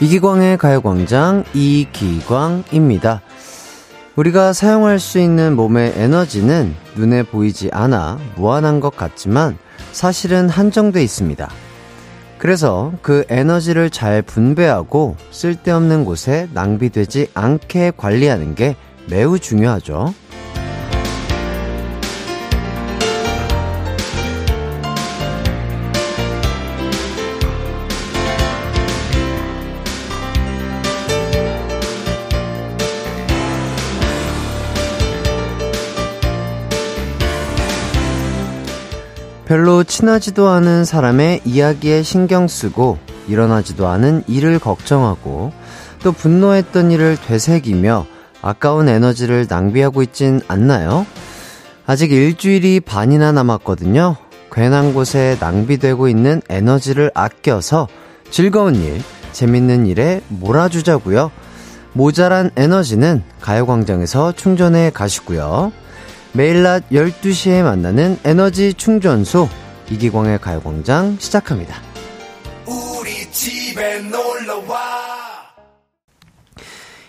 이기광의 가요광장 이기광입니다. 우리가 사용할 수 있는 몸의 에너지는 눈에 보이지 않아 무한한 것 같지만 사실은 한정돼 있습니다. 그래서 그 에너지를 잘 분배하고 쓸데없는 곳에 낭비되지 않게 관리하는 게 매우 중요하죠. 별로 친하지도 않은 사람의 이야기에 신경 쓰고 일어나지도 않은 일을 걱정하고 또 분노했던 일을 되새기며 아까운 에너지를 낭비하고 있진 않나요? 아직 일주일이 반이나 남았거든요. 괜한 곳에 낭비되고 있는 에너지를 아껴서 즐거운 일, 재밌는 일에 몰아주자고요. 모자란 에너지는 가요광장에서 충전해 가시고요. 매일 낮 12시에 만나는 에너지 충전소 이기광의 가요광장 시작합니다. 우리 집에 놀러와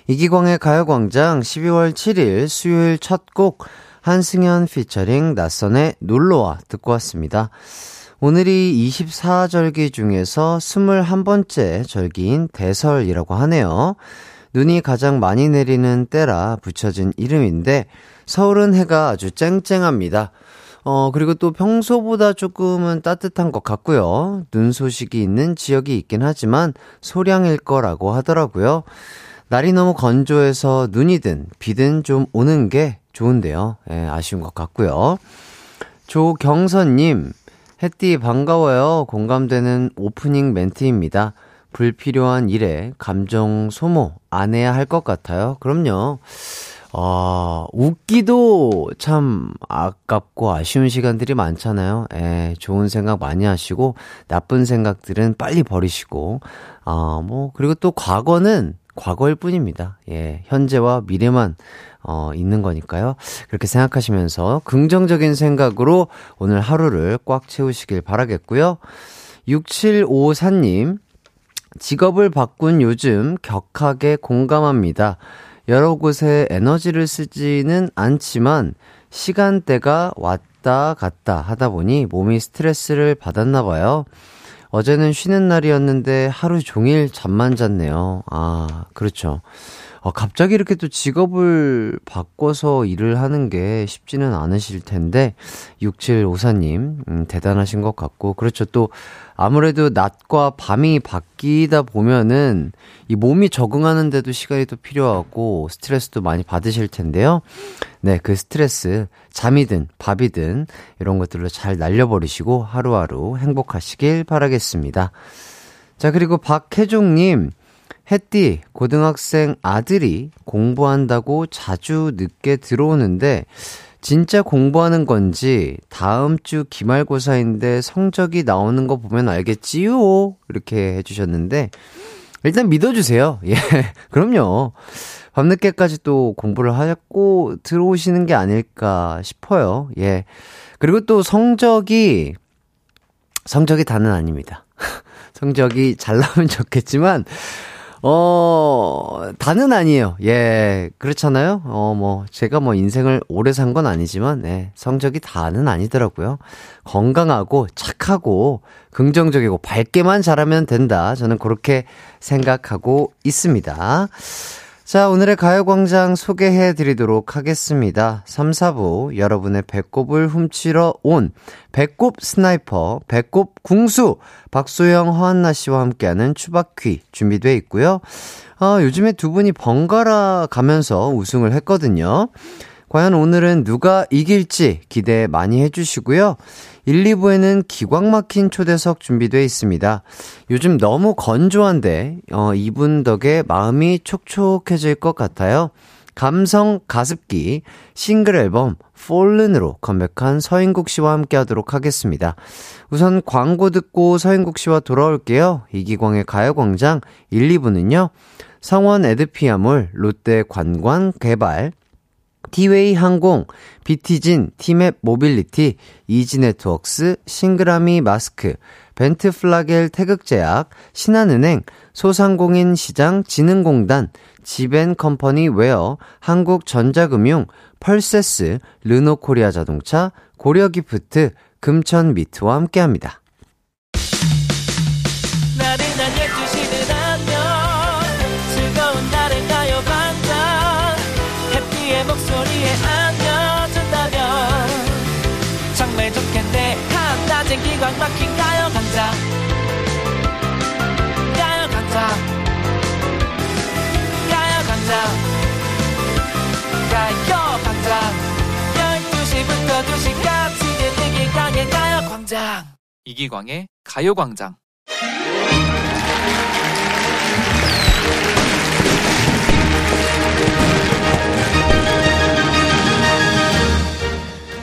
이기광의 가요광장 12월 7일 수요일 첫 곡 한승현 피처링 낯선의 놀러와 듣고 왔습니다. 오늘이 24절기 중에서 21번째 절기인 대설이라고 하네요. 눈이 가장 많이 내리는 때라 붙여진 이름인데 서울은 해가 아주 쨍쨍합니다. 어, 그리고 또 평소보다 조금은 따뜻한 것 같고요. 눈 소식이 있는 지역이 있긴 하지만 소량일 거라고 하더라고요. 날이 너무 건조해서 눈이든 비든 좀 오는 게 좋은데요. 예, 아쉬운 것 같고요. 조경선님, 햇띠 반가워요. 공감되는 오프닝 멘트입니다. 불필요한 일에 감정 소모 안 해야 할 것 같아요. 그럼요. 아, 웃기도 참 아깝고 아쉬운 시간들이 많잖아요. 예, 좋은 생각 많이 하시고, 나쁜 생각들은 빨리 버리시고, 아, 뭐, 그리고 또 과거는 과거일 뿐입니다. 예, 현재와 미래만, 어, 있는 거니까요. 그렇게 생각하시면서 긍정적인 생각으로 오늘 하루를 꽉 채우시길 바라겠고요. 6754님, 직업을 바꾼 요즘 격하게 공감합니다. 여러 곳에 에너지를 쓰지는 않지만 시간대가 왔다 갔다 하다 보니 몸이 스트레스를 받았나 봐요. 어제는 쉬는 날이었는데 하루 종일 잠만 잤네요. 아, 그렇죠. 어, 갑자기 이렇게 또 직업을 바꿔서 일을 하는 게 쉽지는 않으실 텐데, 6754님, 음, 대단하신 것 같고, 그렇죠. 또, 아무래도 낮과 밤이 바뀌다 보면은, 이 몸이 적응하는데도 시간이 또 필요하고, 스트레스도 많이 받으실 텐데요. 네, 그 스트레스, 잠이든 밥이든, 이런 것들로 잘 날려버리시고, 하루하루 행복하시길 바라겠습니다. 자, 그리고 박혜종님, 햇띠, 고등학생 아들이 공부한다고 자주 늦게 들어오는데, 진짜 공부하는 건지, 다음 주 기말고사인데 성적이 나오는 거 보면 알겠지요? 이렇게 해주셨는데, 일단 믿어주세요. 예, 그럼요. 밤늦게까지 또 공부를 하셨고, 들어오시는 게 아닐까 싶어요. 예. 그리고 또 성적이, 성적이 다는 아닙니다. 성적이 잘 나오면 좋겠지만, 어, 다는 아니에요. 예, 그렇잖아요. 어, 뭐, 제가 뭐 인생을 오래 산 건 아니지만, 예, 성적이 다는 아니더라고요. 건강하고 착하고 긍정적이고 밝게만 잘하면 된다. 저는 그렇게 생각하고 있습니다. 자, 오늘의 가요광장 소개해 드리도록 하겠습니다. 3, 4부, 여러분의 배꼽을 훔치러 온 배꼽 스나이퍼, 배꼽 궁수, 박소영, 허한나 씨와 함께하는 추바퀴 준비돼 있고요. 아, 요즘에 두 분이 번갈아 가면서 우승을 했거든요. 과연 오늘은 누가 이길지 기대 많이 해주시고요. 1, 2부에는 기광 막힌 초대석 준비되어 있습니다. 요즘 너무 건조한데, 어, 이분 덕에 마음이 촉촉해질 것 같아요. 감성 가습기 싱글 앨범 폴른으로 컴백한 서인국 씨와 함께 하도록 하겠습니다. 우선 광고 듣고 서인국 씨와 돌아올게요. 이기광의 가요광장 1, 2부는요. 성원 에드피아몰, 롯데 관광 개발, 디웨이 항공, 비티진, 티맵 모빌리티, 이지네트웍스, 싱그라미 마스크, 벤트플라겔 태극제약, 신한은행, 소상공인 시장 진흥공단, 지벤컴퍼니 웨어, 한국전자금융, 펄세스, 르노코리아 자동차, 고려기프트, 금천 미트와 함께합니다. 나를 날려주시는 안녕 즐거운 날을 가요 반짝 해피의 목소리에 안겨준다면 정말 좋겠네 한낮엔 기광 막힌 가요 강자 가요 강자 가요 강자 가요 강자 12시부터 2시까지 는 이기광의 가요광장 이기광의 가요광장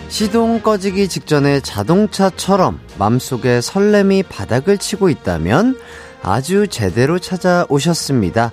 시동 꺼지기 직전에 자동차처럼 맘속에 설렘이 바닥을 치고 있다면 아주 제대로 찾아오셨습니다.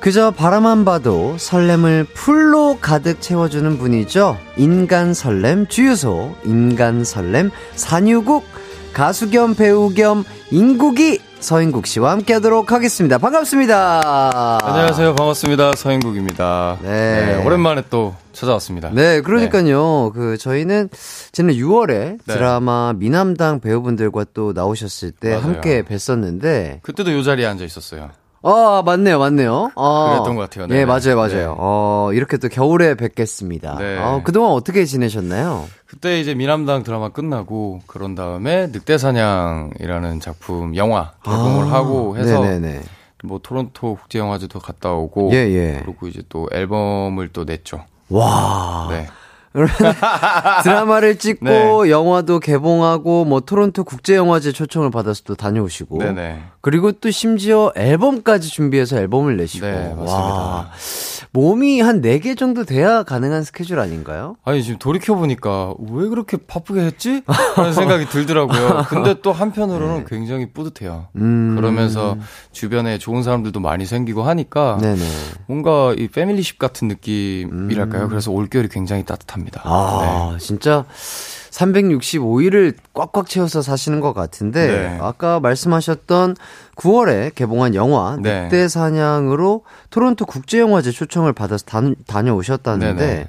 그저 바라만 봐도 설렘을 풀로 가득 채워주는 분이죠. 인간 설렘 주유소, 인간 설렘 산유국, 가수 겸 배우 겸 인국이 서인국 씨와 함께 하도록 하겠습니다. 반갑습니다. 안녕하세요. 반갑습니다. 서인국입니다. 네. 오랜만에 또 찾아왔습니다. 네, 그러니까요. 그 저희는 지난 6월에 네. 드라마 미남당 배우분들과 또 나오셨을 때 맞아요. 함께 뵀었는데 그때도 요 자리에 앉아 있었어요. 아, 맞네요. 맞네요. 아, 그랬던 것 같아요. 네. 예, 맞아요. 맞아요. 네. 어, 이렇게 또 겨울에 뵙겠습니다. 네. 어, 그동안 어떻게 지내셨나요? 그때 이제 미남당 드라마 끝나고 그런 다음에 늑대사냥이라는 작품 영화 개봉을 하고 해서 아. 음. 네네네. 뭐 토론토 국제영화제도 갔다 오고 예, 예. 그리고 이제 또 앨범을 또 냈죠. 와. 네. 드라마를 찍고 영화도 개봉하고 뭐 토론토 국제 영화제 초청을 받아서 또 다녀오시고 네네. 그리고 또 심지어 앨범까지 준비해서 앨범을 내시고. 네, 맞습니다. 와, 몸이 한 4개 정도 돼야 가능한 스케줄 아닌가요? 아니 지금 돌이켜 보니까 왜 그렇게 바쁘게 했지? 하는 생각이 들더라고요. 근데 또 한편으로는 굉장히 뿌듯해요. 네. 음. 그러면서 주변에 좋은 사람들도 많이 생기고 하니까 네네. 뭔가 이 패밀리십 같은 느낌이랄까요? 그래서 올겨울이 굉장히 음. 따뜻합니다. 네. 아, 진짜 365일을 꽉꽉 채워서 사시는 것 같은데 네. 아까 말씀하셨던 9월에 개봉한 영화 네. 늑대 사냥으로 토론토 국제 영화제 초청을 받아서 다, 녀오셨다는데 네네.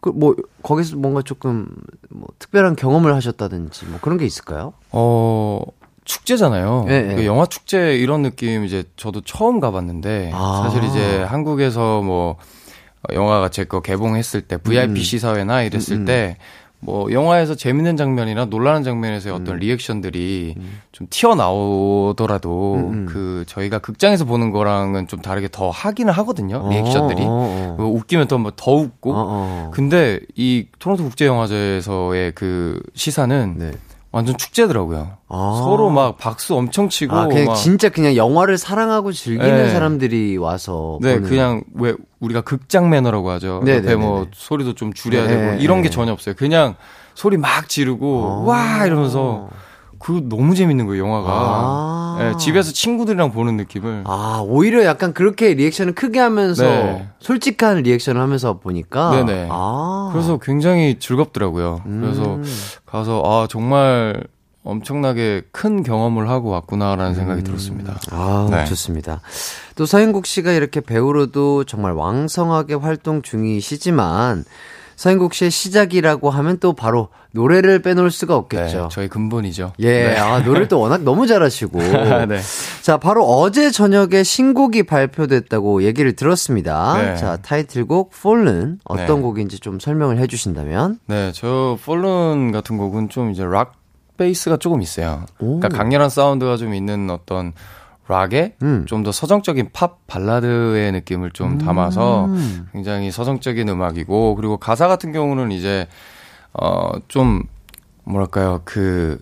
그 뭐 거기서 뭔가 조금 뭐 특별한 경험을 하셨다든지 뭐 그런 게 있을까요? 어, 축제잖아요. 예, 예. 그 영화 축제 이런 느낌 이제 저도 처음 가봤는데 아. 사실 이제 한국에서 뭐 영화가 제 거 개봉했을 때 VIP 음. 시사회나 이랬을 때 뭐 영화에서 재밌는 장면이나 놀라는 장면에서의 음. 어떤 리액션들이 좀 튀어나오더라도 음, 그 저희가 극장에서 보는 거랑은 좀 다르게 더 하기는 하거든요. 리액션들이 어, 어, 어. 뭐 웃기면 또 뭐 더 웃고 어, 어. 근데 이 토론토 국제영화제에서의 그 시사는 네. 완전 축제더라고요. 아. 서로 막 박수 엄청 치고 아, 그냥 막 진짜 그냥 영화를 사랑하고 즐기는 네. 사람들이 와서 네, 보는. 그냥 왜 우리가 극장 매너라고 하죠. 네, 옆에 네, 네, 뭐 네. 소리도 좀 줄여야 네, 되고 네, 이런 게 네. 전혀 없어요. 그냥 소리 막 지르고 와 이러면서 그 너무 재밌는 거예요, 영화가. 아. 네, 집에서 친구들이랑 보는 느낌을. 아, 오히려 약간 그렇게 리액션을 크게 하면서 네. 솔직한 리액션을 하면서 보니까 네네. 아. 그래서 굉장히 즐겁더라고요. 음. 그래서 가서 아 정말 엄청나게 큰 경험을 하고 왔구나라는 생각이 음. 들었습니다. 아, 네. 좋습니다. 또 서인국 씨가 이렇게 배우로도 정말 왕성하게 활동 중이시지만 서인국 씨의 시작이라고 하면 또 바로 노래를 빼놓을 수가 없겠죠. 네, 저희 근본이죠. 예, 네. 아, 노래를 또 워낙 너무 잘하시고. 네. 자, 바로 어제 저녁에 신곡이 발표됐다고 얘기를 들었습니다. 네. 자, 타이틀곡 Fallen 어떤 네. 곡인지 좀 설명을 해 주신다면. 네, 저 폴른 같은 곡은 좀 이제 락 베이스가 조금 있어요. 그러니까 강렬한 사운드가 좀 있는 어떤 락에 음. 좀 더 서정적인 팝 발라드의 느낌을 좀 담아서 굉장히 서정적인 음악이고 그리고 가사 같은 경우는 이제 어좀 뭐랄까요 그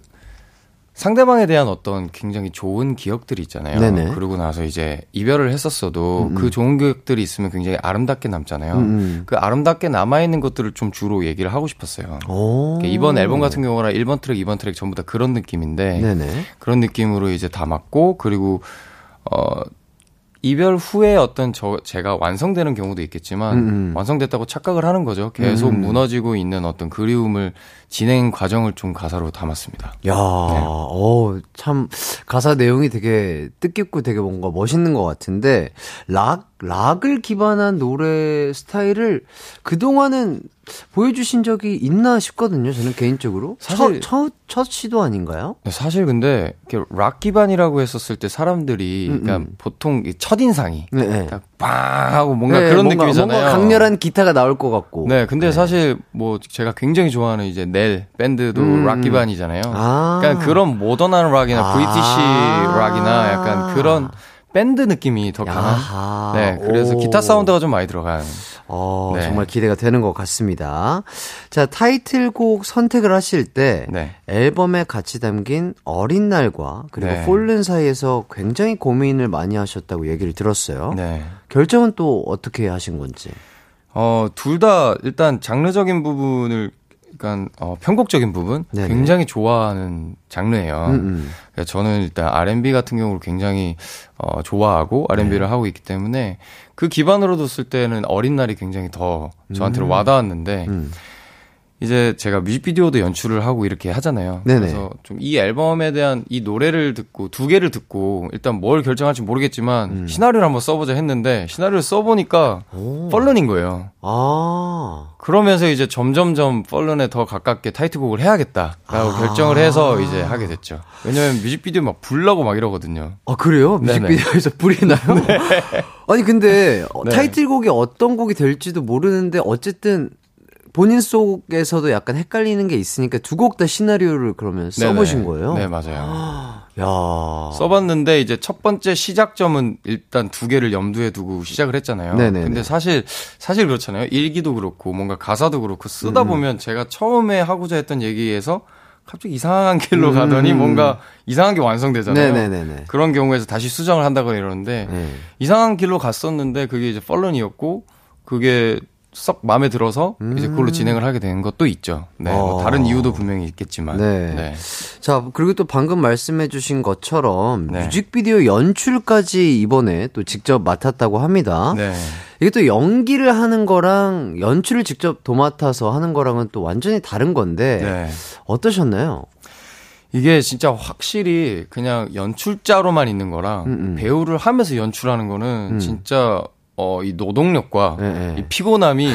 상대방에 대한 어떤 굉장히 좋은 기억들이 있잖아요. 네네. 그러고 나서 이제 이별을 했었어도 음, 그 좋은 기억들이 있으면 굉장히 아름답게 남잖아요. 그 아름답게 남아있는 것들을 좀 주로 얘기를 하고 싶었어요. 오. 그러니까 이번 앨범 같은 경우나 1번 트랙, 2번 트랙 전부 다 그런 느낌인데 네. 네네. 그런 느낌으로 이제 담았고 그리고 어 이별 후에 어떤 저 제가 완성되는 경우도 있겠지만 음, 음. 완성됐다고 착각을 하는 거죠. 계속 음. 무너지고 있는 어떤 그리움을 진행 과정을 좀 가사로 담았습니다. 야, 네. 어, 참, 가사 내용이 되게 뜻깊고 되게 뭔가 멋있는 것 같은데, 락, 락을 기반한 노래 스타일을 그동안은 보여주신 적이 있나 싶거든요, 저는 개인적으로. 사실- 첫, 첫, 첫 시도 아닌가요? 네, 사실 근데 이렇게 락 기반이라고 했었을 때 사람들이 음, 그러니까 보통 첫 인상이 네, 네. 딱빵 하고 뭔가 네, 그런 뭔가- 느낌이잖아요. 뭔가 강렬한 기타가 나올 것 같고. 네, 근데 사실 뭐 제가 굉장히 좋아하는 이제 넬 밴드도 음. 락 기반이잖아요. 아. 그러니까 그런 모던한 락이나 아. 브리티시 락이나 약간 그런 밴드 느낌이 더 강한. 야하. 네, 그래서 오. 기타 사운드가 좀 많이 들어가요. 어, 네. 정말 기대가 되는 것 같습니다. 자, 타이틀곡 선택을 하실 때 네. 앨범에 같이 담긴 어린 날과 그리고 네. 폴른 사이에서 굉장히 고민을 많이 하셨다고 얘기를 들었어요. 네. 결정은 또 어떻게 하신 건지. 어, 둘 다 일단 장르적인 부분을 그러니까 어, 편곡적인 부분 네네. 굉장히 좋아하는 장르예요. 음, 음. 그러니까 저는 일단 R&B 같은 경우를 굉장히 어, 좋아하고 네. R&B를 하고 있기 때문에 그 기반으로 뒀을 때는 어린 날이 굉장히 더 저한테는 와닿았는데 음. 이제 제가 뮤직비디오도 연출을 하고 이렇게 하잖아요. 네네. 그래서 좀 이 앨범에 대한 이 노래를 듣고 두 개를 듣고 일단 뭘 결정할지 모르겠지만 음. 시나리오를 한번 써보자 했는데 시나리오를 써보니까 펄른인 거예요. 아. 그러면서 이제 점점점 펄른에 더 가깝게 타이틀곡을 해야겠다라고 아. 결정을 해서 이제 하게 됐죠. 왜냐면 뮤직비디오 막 불나고 막 이러거든요. 아, 그래요? 네네. 뮤직비디오에서 불이 나요? 아니, 근데 어, 네. 타이틀곡이 어떤 곡이 될지도 모르는데 어쨌든 본인 속에서도 약간 헷갈리는 게 있으니까 두 곡 다 시나리오를 그러면 써보신 네네. 거예요? 네, 맞아요. 야. 써봤는데 이제 첫 번째 시작점은 일단 두 개를 염두에 두고 시작을 했잖아요. 네네네. 근데 사실 사실 그렇잖아요. 일기도 그렇고 뭔가 가사도 그렇고 음. 쓰다 보면 제가 처음에 하고자 했던 얘기에서 갑자기 이상한 길로 가더니 뭔가 이상한 게 완성되잖아요. 음. 네네네네. 그런 경우에서 다시 수정을 한다거나 이러는데 네. 이상한 길로 갔었는데 그게 이제 펄런이었고 그게 썩 마음에 들어서 이제 그걸로 진행을 하게 된 것도 있죠. 네, 뭐 어. 다른 이유도 분명히 있겠지만. 네. 자, 그리고 또 방금 말씀해주신 것처럼 네. 뮤직비디오 연출까지 이번에 또 직접 맡았다고 합니다. 네. 이게 또 연기를 하는 거랑 연출을 직접 도맡아서 하는 거랑은 또 완전히 다른 건데 네. 어떠셨나요? 이게 진짜 확실히 그냥 연출자로만 있는 거랑 음, 배우를 하면서 연출하는 거는 진짜 어, 이 노동력과 네, 네. 이 피곤함이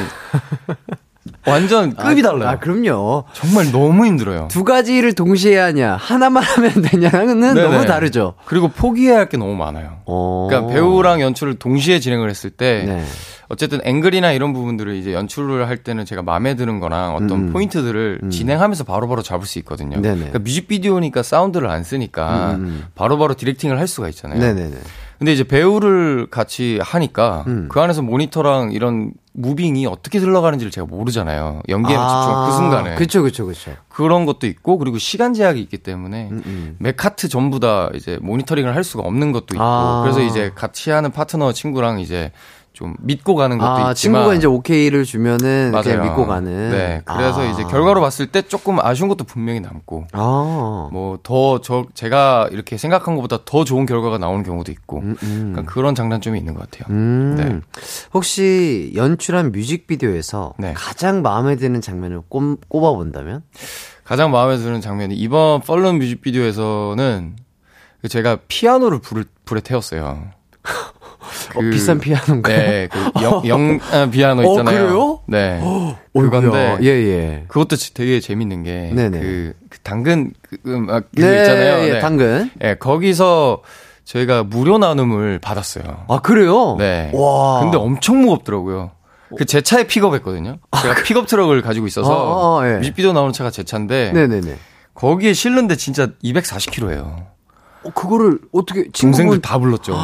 완전 급이 달라요. 아, 그럼요. 정말 너무 힘들어요. 두 가지를 동시에 하냐, 하나만 하면 되냐는 네네. 너무 다르죠. 그리고 포기해야 할 게 너무 많아요. 어. 그러니까 배우랑 연출을 동시에 진행을 했을 때 네. 어쨌든 앵글이나 이런 부분들을 이제 연출을 할 때는 제가 마음에 드는 거랑 어떤 음, 음. 포인트들을 진행하면서 바로바로 잡을 수 있거든요. 네네. 그러니까 뮤직비디오니까 사운드를 안 쓰니까 음, 음. 바로바로 디렉팅을 할 수가 있잖아요. 네네네. 근데 이제 배우를 같이 하니까 음. 그 안에서 모니터랑 이런 무빙이 어떻게 흘러가는지를 제가 모르잖아요. 연기에 집중한 그 순간에. 그쵸, 그쵸, 그쵸. 그런 것도 있고 그리고 시간 제약이 있기 때문에 음, 음. 맥카트 전부 다 이제 모니터링을 할 수가 없는 것도 있고 아. 그래서 이제 같이 하는 파트너 친구랑 이제 좀 믿고 가는 것도 아, 있지만 친구가 이제 오케이를 주면은 맞아요. 그냥 믿고 가는. 네 그래서 아. 이제 결과로 봤을 때 조금 아쉬운 것도 분명히 남고 아. 뭐 더 저 제가 이렇게 생각한 것보다 더 좋은 결과가 나오는 경우도 있고 그러니까 그런 장단점이 있는 것 같아요. 음. 네. 혹시 연출한 뮤직비디오에서 네. 가장 마음에 드는 장면을 꼽, 아 본다면? 가장 마음에 드는 장면이 이번 펄런 뮤직비디오에서는 그 제가 피아노를 불을, 불에 태웠어요. 그- 어, 비싼 피아노인가요? 네, 그 영, 영 아, 피아노 어, 있잖아요. 그래요? 네. 어이구야. 그건데 예, 예. 그것도 지- 되게 재밌는 게, 네네. 그, 그 당근, 그, 음악, 그 네, 있잖아요. 예, 네. 당근. 예, 거기서 저희가 무료 나눔을 받았어요. 아, 그래요? 네. 와. 근데 엄청 무겁더라고요. 그 제 차에 픽업했거든요. 제가 픽업 트럭을 가지고 있어서 그- 아, 아, 예. 뮤직비디오 나오는 차가 제 차인데 네네네. 거기에 실는데 진짜 240kg예요. 어, 그거를 어떻게 동생들 친구분 다 불렀죠.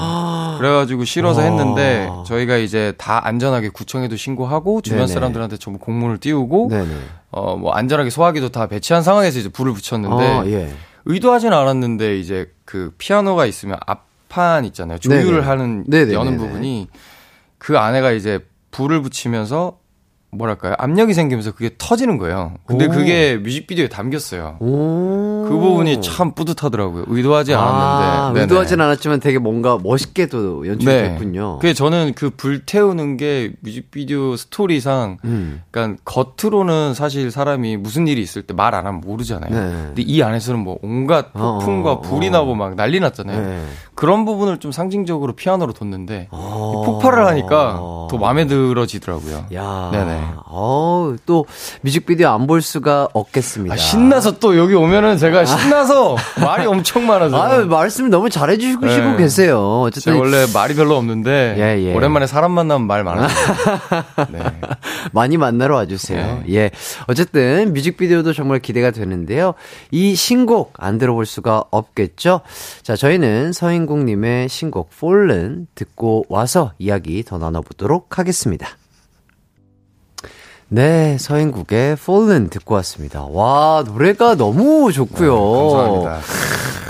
그래가지고 실어서 아. 와. 했는데 저희가 이제 다 안전하게 구청에도 신고하고 주변 네네. 사람들한테 전부 공문을 띄우고 네네. 어 뭐 안전하게 소화기도 다 배치한 상황에서 이제 불을 붙였는데 아, 예. 의도하진 않았는데 이제 그 피아노가 있으면 앞판 있잖아요. 조율을 네네. 하는 네네네네. 여는 부분이 그 안에가 이제 불을 붙이면서 뭐랄까요 압력이 생기면서 그게 터지는 거예요. 근데 오. 그게 뮤직비디오에 담겼어요. 오. 그 부분이 참 뿌듯하더라고요. 의도하지 아, 않았는데. 네네. 의도하진 않았지만 되게 뭔가 멋있게도 연출됐군요. 네. 그게 저는 그 불태우는 게 뮤직비디오 스토리상, 음. 그러니까 겉으로는 사실 사람이 무슨 일이 있을 때 말 안 하면 모르잖아요. 네. 근데 이 안에서는 뭐 온갖 폭풍과 어, 어, 불이 어. 나고 막 난리 났잖아요. 네. 그런 부분을 좀 상징적으로 피아노로 뒀는데 어. 폭발을 하니까 더 마음에 들어지더라고요. 야. 네네. 어우, 또 뮤직비디오 안 볼 수가 없겠습니다. 아, 신나서 또 여기 오면은 제가 신나서 말이 엄청 많아서 아. 아유, 뭐 말씀 너무 잘해주시고 네. 계세요. 제가 어쨌든 원래 말이 별로 없는데 예, 예. 오랜만에 사람 만나면 말 많아요. 네. 많이 만나러 와주세요. 예. 어쨌든 뮤직비디오도 정말 기대가 되는데요. 이 신곡 안 들어볼 수가 없겠죠? 자, 저희는 서인국님의 신곡 Fallen 듣고 와서 이야기 더 나눠보도록 하겠습니다. 네, 서인국의 Fallen 듣고 왔습니다. 와, 노래가 너무 좋고요. 감사합니다.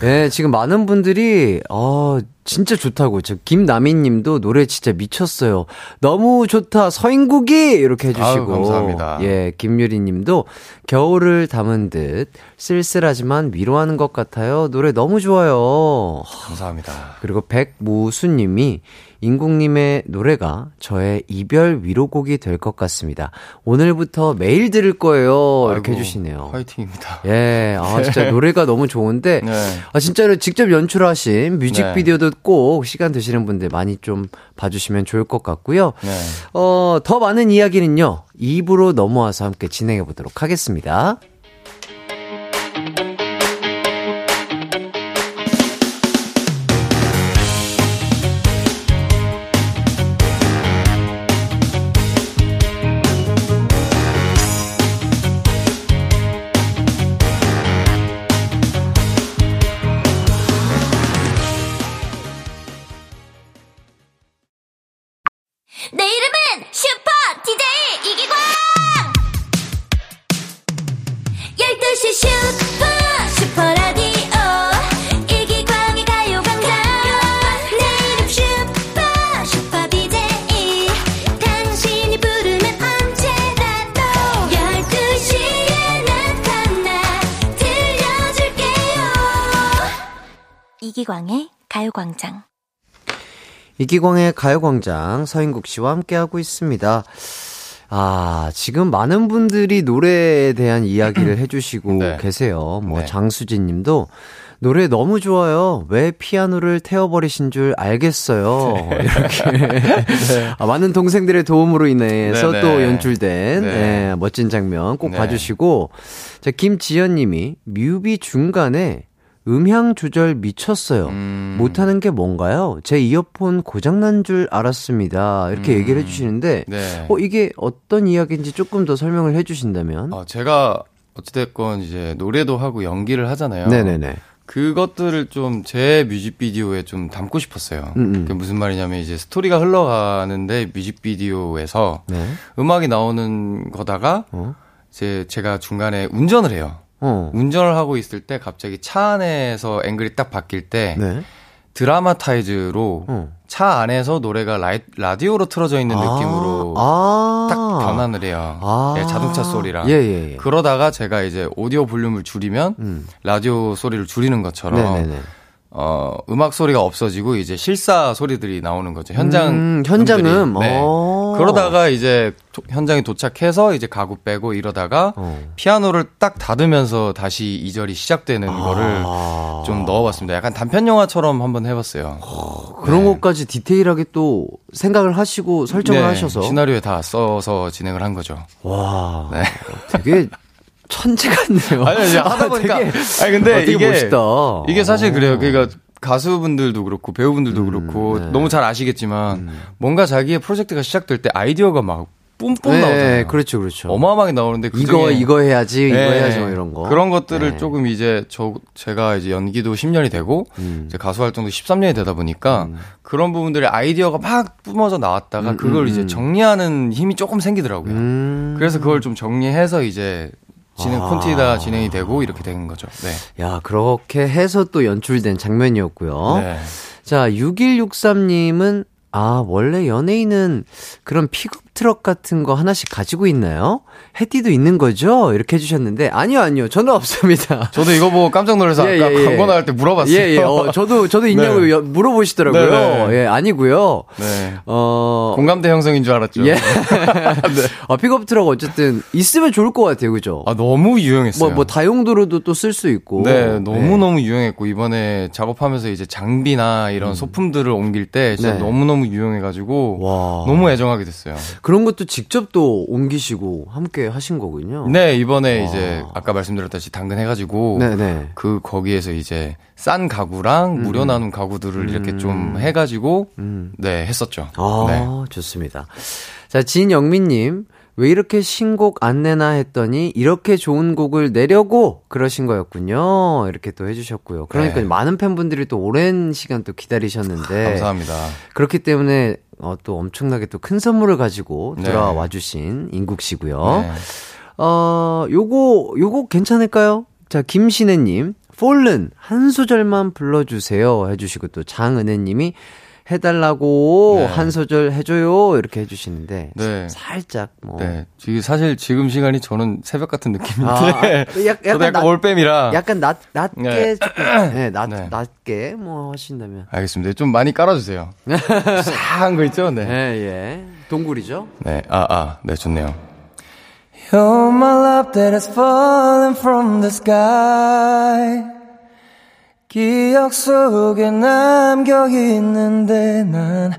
네, 지금 많은 분들이, 어, 진짜 좋다고. 저 김나민 님도 노래 진짜 미쳤어요. 너무 좋다. 서인국이! 이렇게 해주시고. 아유, 감사합니다. 예, 김유리 님도 겨울을 담은 듯 쓸쓸하지만 위로하는 것 같아요. 노래 너무 좋아요. 감사합니다. 그리고 백무수님이 인국님의 노래가 저의 이별 위로곡이 될 것 같습니다. 오늘부터 매일 들을 거예요. 이렇게 아이고, 해주시네요. 화이팅입니다. 예, 아, 진짜 노래가 너무 좋은데, 네. 아, 진짜로 직접 연출하신 뮤직비디오도 꼭 시간 되시는 분들 많이 좀 봐주시면 좋을 것 같고요. 네. 어, 더 많은 이야기는요, 입으로 넘어와서 함께 진행해 보도록 하겠습니다. 내 이름은 슈퍼 DJ 이기광 12시 슈퍼 슈퍼라디오 이기광의 가요광장 내 이름 슈퍼 슈퍼 DJ 당신이 부르면 언제라도 12시에 나타나 들려줄게요 이기광의 가요광장 이기광의 가요광장 서인국 씨와 함께하고 있습니다. 아, 지금 많은 분들이 노래에 대한 이야기를 해주시고 네. 계세요. 뭐, 네. 장수진 님도 노래 너무 좋아요. 왜 피아노를 태워버리신 줄 알겠어요. 네. 이렇게. 아, 많은 동생들의 도움으로 인해서 네, 또 네. 연출된 네. 예, 멋진 장면 꼭 네. 봐주시고. 자, 김지연 님이 뮤비 중간에 음향 조절 미쳤어요. 음. 못하는 게 뭔가요? 제 이어폰 고장난 줄 알았습니다. 이렇게 얘기를 해주시는데, 음. 네. 어, 이게 어떤 이야기인지 조금 더 설명을 해주신다면? 어, 제가 어찌됐건 이제 노래도 하고 연기를 하잖아요. 네네네. 그것들을 좀 제 뮤직비디오에 좀 담고 싶었어요. 음, 음. 그게 무슨 말이냐면 이제 스토리가 흘러가는데 뮤직비디오에서 네. 음악이 나오는 거다가 어? 이제 제가 중간에 운전을 해요. 어. 운전을 하고 있을 때 갑자기 차 안에서 앵글이 딱 바뀔 때 네. 드라마타이즈로 어. 차 안에서 노래가 라이, 라디오로 틀어져 있는 아, 그 느낌으로 아. 딱 변환을 해요. 아. 예, 자동차 소리랑. 예, 예, 예. 그러다가 제가 이제 오디오 볼륨을 줄이면 음. 라디오 소리를 줄이는 것처럼 네네네. 어, 음악 소리가 없어지고 이제 실사 소리들이 나오는 거죠. 현장 음, 현장음. 분들이. 네. 어. 그러다가 이제 도- 현장에 도착해서 이제 가구 빼고 이러다가 어. 피아노를 딱 닫으면서 다시 이절이 시작되는 거를 아. 좀 넣어봤습니다. 약간 단편 영화처럼 한번 해봤어요. 그런 네. 것까지 디테일하게 또 생각을 하시고 설정을 네, 하셔서. 시나리오에 다 써서 진행을 한 거죠. 와. 네. 되게 천재 같네요. 아니, 아니 하다 보니까 되게 아니 근데 되게 이게 멋있다. 어. 이게 사실 그래요. 그러니까 가수분들도 그렇고 음, 배우분들도 그렇고 네. 너무 잘 아시겠지만 뭔가 자기의 프로젝트가 시작될 때 아이디어가 막 뿜뿜 네, 나오잖아요. 그렇죠, 그렇죠. 어마어마하게 나오는데 그 이거 중에 이거 해야지 이거 네, 해야지 뭐 이런 거. 그런 것들을 네. 조금 이제 저 제가 이제 연기도 10년이 되고 음. 이제 가수 활동도 13년이 되다 보니까 그런 부분들의 아이디어가 막 뿜어져 나왔다가 그걸 이제 정리하는 힘이 조금 생기더라고요. 음. 그래서 그걸 좀 정리해서 이제 진행 아. 콘티다 진행이 되고 이렇게 된 거죠. 네. 야, 그렇게 해서 또 연출된 장면이었고요. 네. 자, 6163님은 아, 원래 연예인은 그런 픽업 트럭 같은 거 하나씩 가지고 있나요? 해띠도 있는 거죠? 이렇게 해주셨는데 아니요 아니요 저는 없습니다. 저도 이거 보고 깜짝 놀라서 예, 아까 예, 예. 광고 나갈 때 물어봤어요. 예, 예. 어, 저도, 저도 있냐고 네. 여- 물어보시더라고요. 네, 네. 예, 아니고요 네. 어. 공감대 네. 형성인 줄 알았죠. 예. 어, 픽업 트럭 어쨌든 있으면 좋을 것 같아요. 그죠? 아 너무 유용했어요. 뭐, 뭐 다용도로도 또 쓸 수 있고. 네, 너무너무 유용했고, 이번에 작업하면서 이제 장비나 이런 소품들을 옮길 때 진짜 음. 네. 너무너무 유용해가지고, 와. 너무 애정하게 됐어요. 그런 것도 직접 또 옮기시고 함께 하신 거군요. 네, 이번에 이제 와. 아까 말씀드렸다시피 당근 해가지고, 네네. 음. 그 거기에서 이제 싼 가구랑 무료 나눔 가구들을 이렇게 좀 해가지고, 네, 했었죠. 아, 네. 좋습니다. 자, 진영민님. 왜 이렇게 신곡 안내나 했더니 이렇게 좋은 곡을 내려고 그러신 거였군요. 이렇게 또 해주셨고요. 그러니까 네. 많은 팬분들이 또 오랜 시간 또 기다리셨는데. 감사합니다. 그렇기 때문에 어, 또 엄청나게 또 큰 선물을 가지고 네. 돌아와 주신 인국 씨고요. 네. 어, 요거 요거 괜찮을까요? 자, 김신혜 님. 폴른 한 소절만 불러 주세요 해 주시고 또 장은혜 님이 해 달라고 네. 한 소절 해 줘요. 이렇게 해 주시는데 네. 살짝 뭐 네. 지금 사실 지금 시간이 저는 새벽 같은 느낌인데, 아, 아, 약- 네. 저도 약간 약간 낮- 올빼미라. 약간 낮 낮게 네. 조금 네, 낮 네. 낮게 뭐 하신다면 알겠습니다. 좀 많이 깔아주세요. 싸한 거 있죠? 네. 예, 예. 동굴이죠? 네, 아, 아, 네, 좋네요. You're my love that has fallen from the sky. 기억 속에 남겨 있는데 난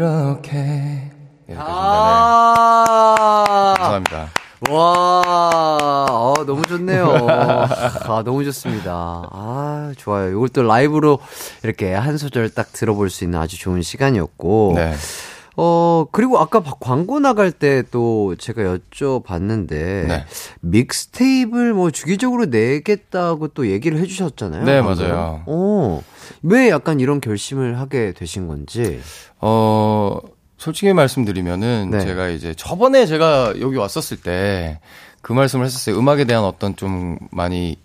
이렇게. 이렇게 아~ 아! 감사합니다. 와, 어, 너무 좋네요. 아, 너무 좋습니다. 아, 좋아요. 이걸 또 라이브로 이렇게 한 소절 딱 들어볼 수 있는 아주 좋은 시간이었고. 네. 어, 그리고 아까 바- 광고 나갈 때 또 제가 여쭤봤는데. 네. 믹스테이블 뭐 주기적으로 내겠다고 또 얘기를 해주셨잖아요. 네, 방금. 맞아요. 어, 왜 약간 이런 결심을 하게 되신 건지. 어, 솔직히 말씀드리면은 네. 제가 이제 저번에 제가 여기 왔었을 때 그 말씀을 했었어요. 음악에 대한 어떤 좀 많이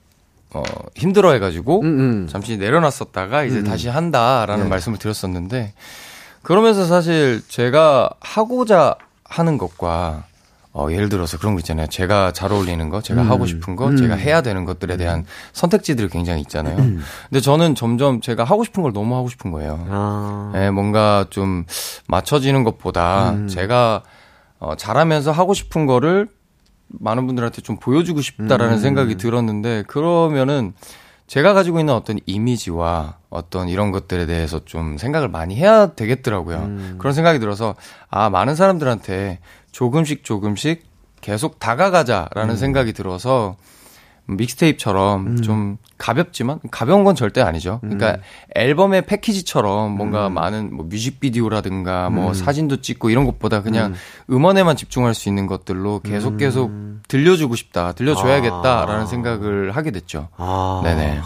어, 힘들어 해가지고 음, 음. 잠시 내려놨었다가 이제 다시 한다라는 네. 말씀을 드렸었는데 그러면서 사실 제가 하고자 하는 것과 어, 예를 들어서 그런 거 있잖아요. 제가 잘 어울리는 거, 제가 음. 하고 싶은 거, 제가 해야 되는 것들에 대한 선택지들이 굉장히 있잖아요. 음. 근데 저는 점점 제가 하고 싶은 걸 너무 하고 싶은 거예요. 아, 예, 뭔가 좀 맞춰지는 것보다 제가 어, 잘하면서 하고 싶은 거를 많은 분들한테 좀 보여주고 싶다라는 생각이 들었는데 그러면은 제가 가지고 있는 어떤 이미지와 어떤 이런 것들에 대해서 좀 생각을 많이 해야 되겠더라고요. 그런 생각이 들어서 아 많은 사람들한테 조금씩 조금씩 계속 다가가자라는 생각이 들어서 믹스테이프처럼 음. 좀 가볍지만 가벼운 건 절대 아니죠. 그러니까 앨범의 패키지처럼 뭔가 음. 많은 뭐 뮤직비디오라든가 뭐 사진도 찍고 이런 것보다 그냥 음. 원에만 집중할 수 있는 것들로 계속 계속 들려주고 싶다, 음. 들려줘야겠다라는 아. 생각을 하게 됐죠. 아. 네네.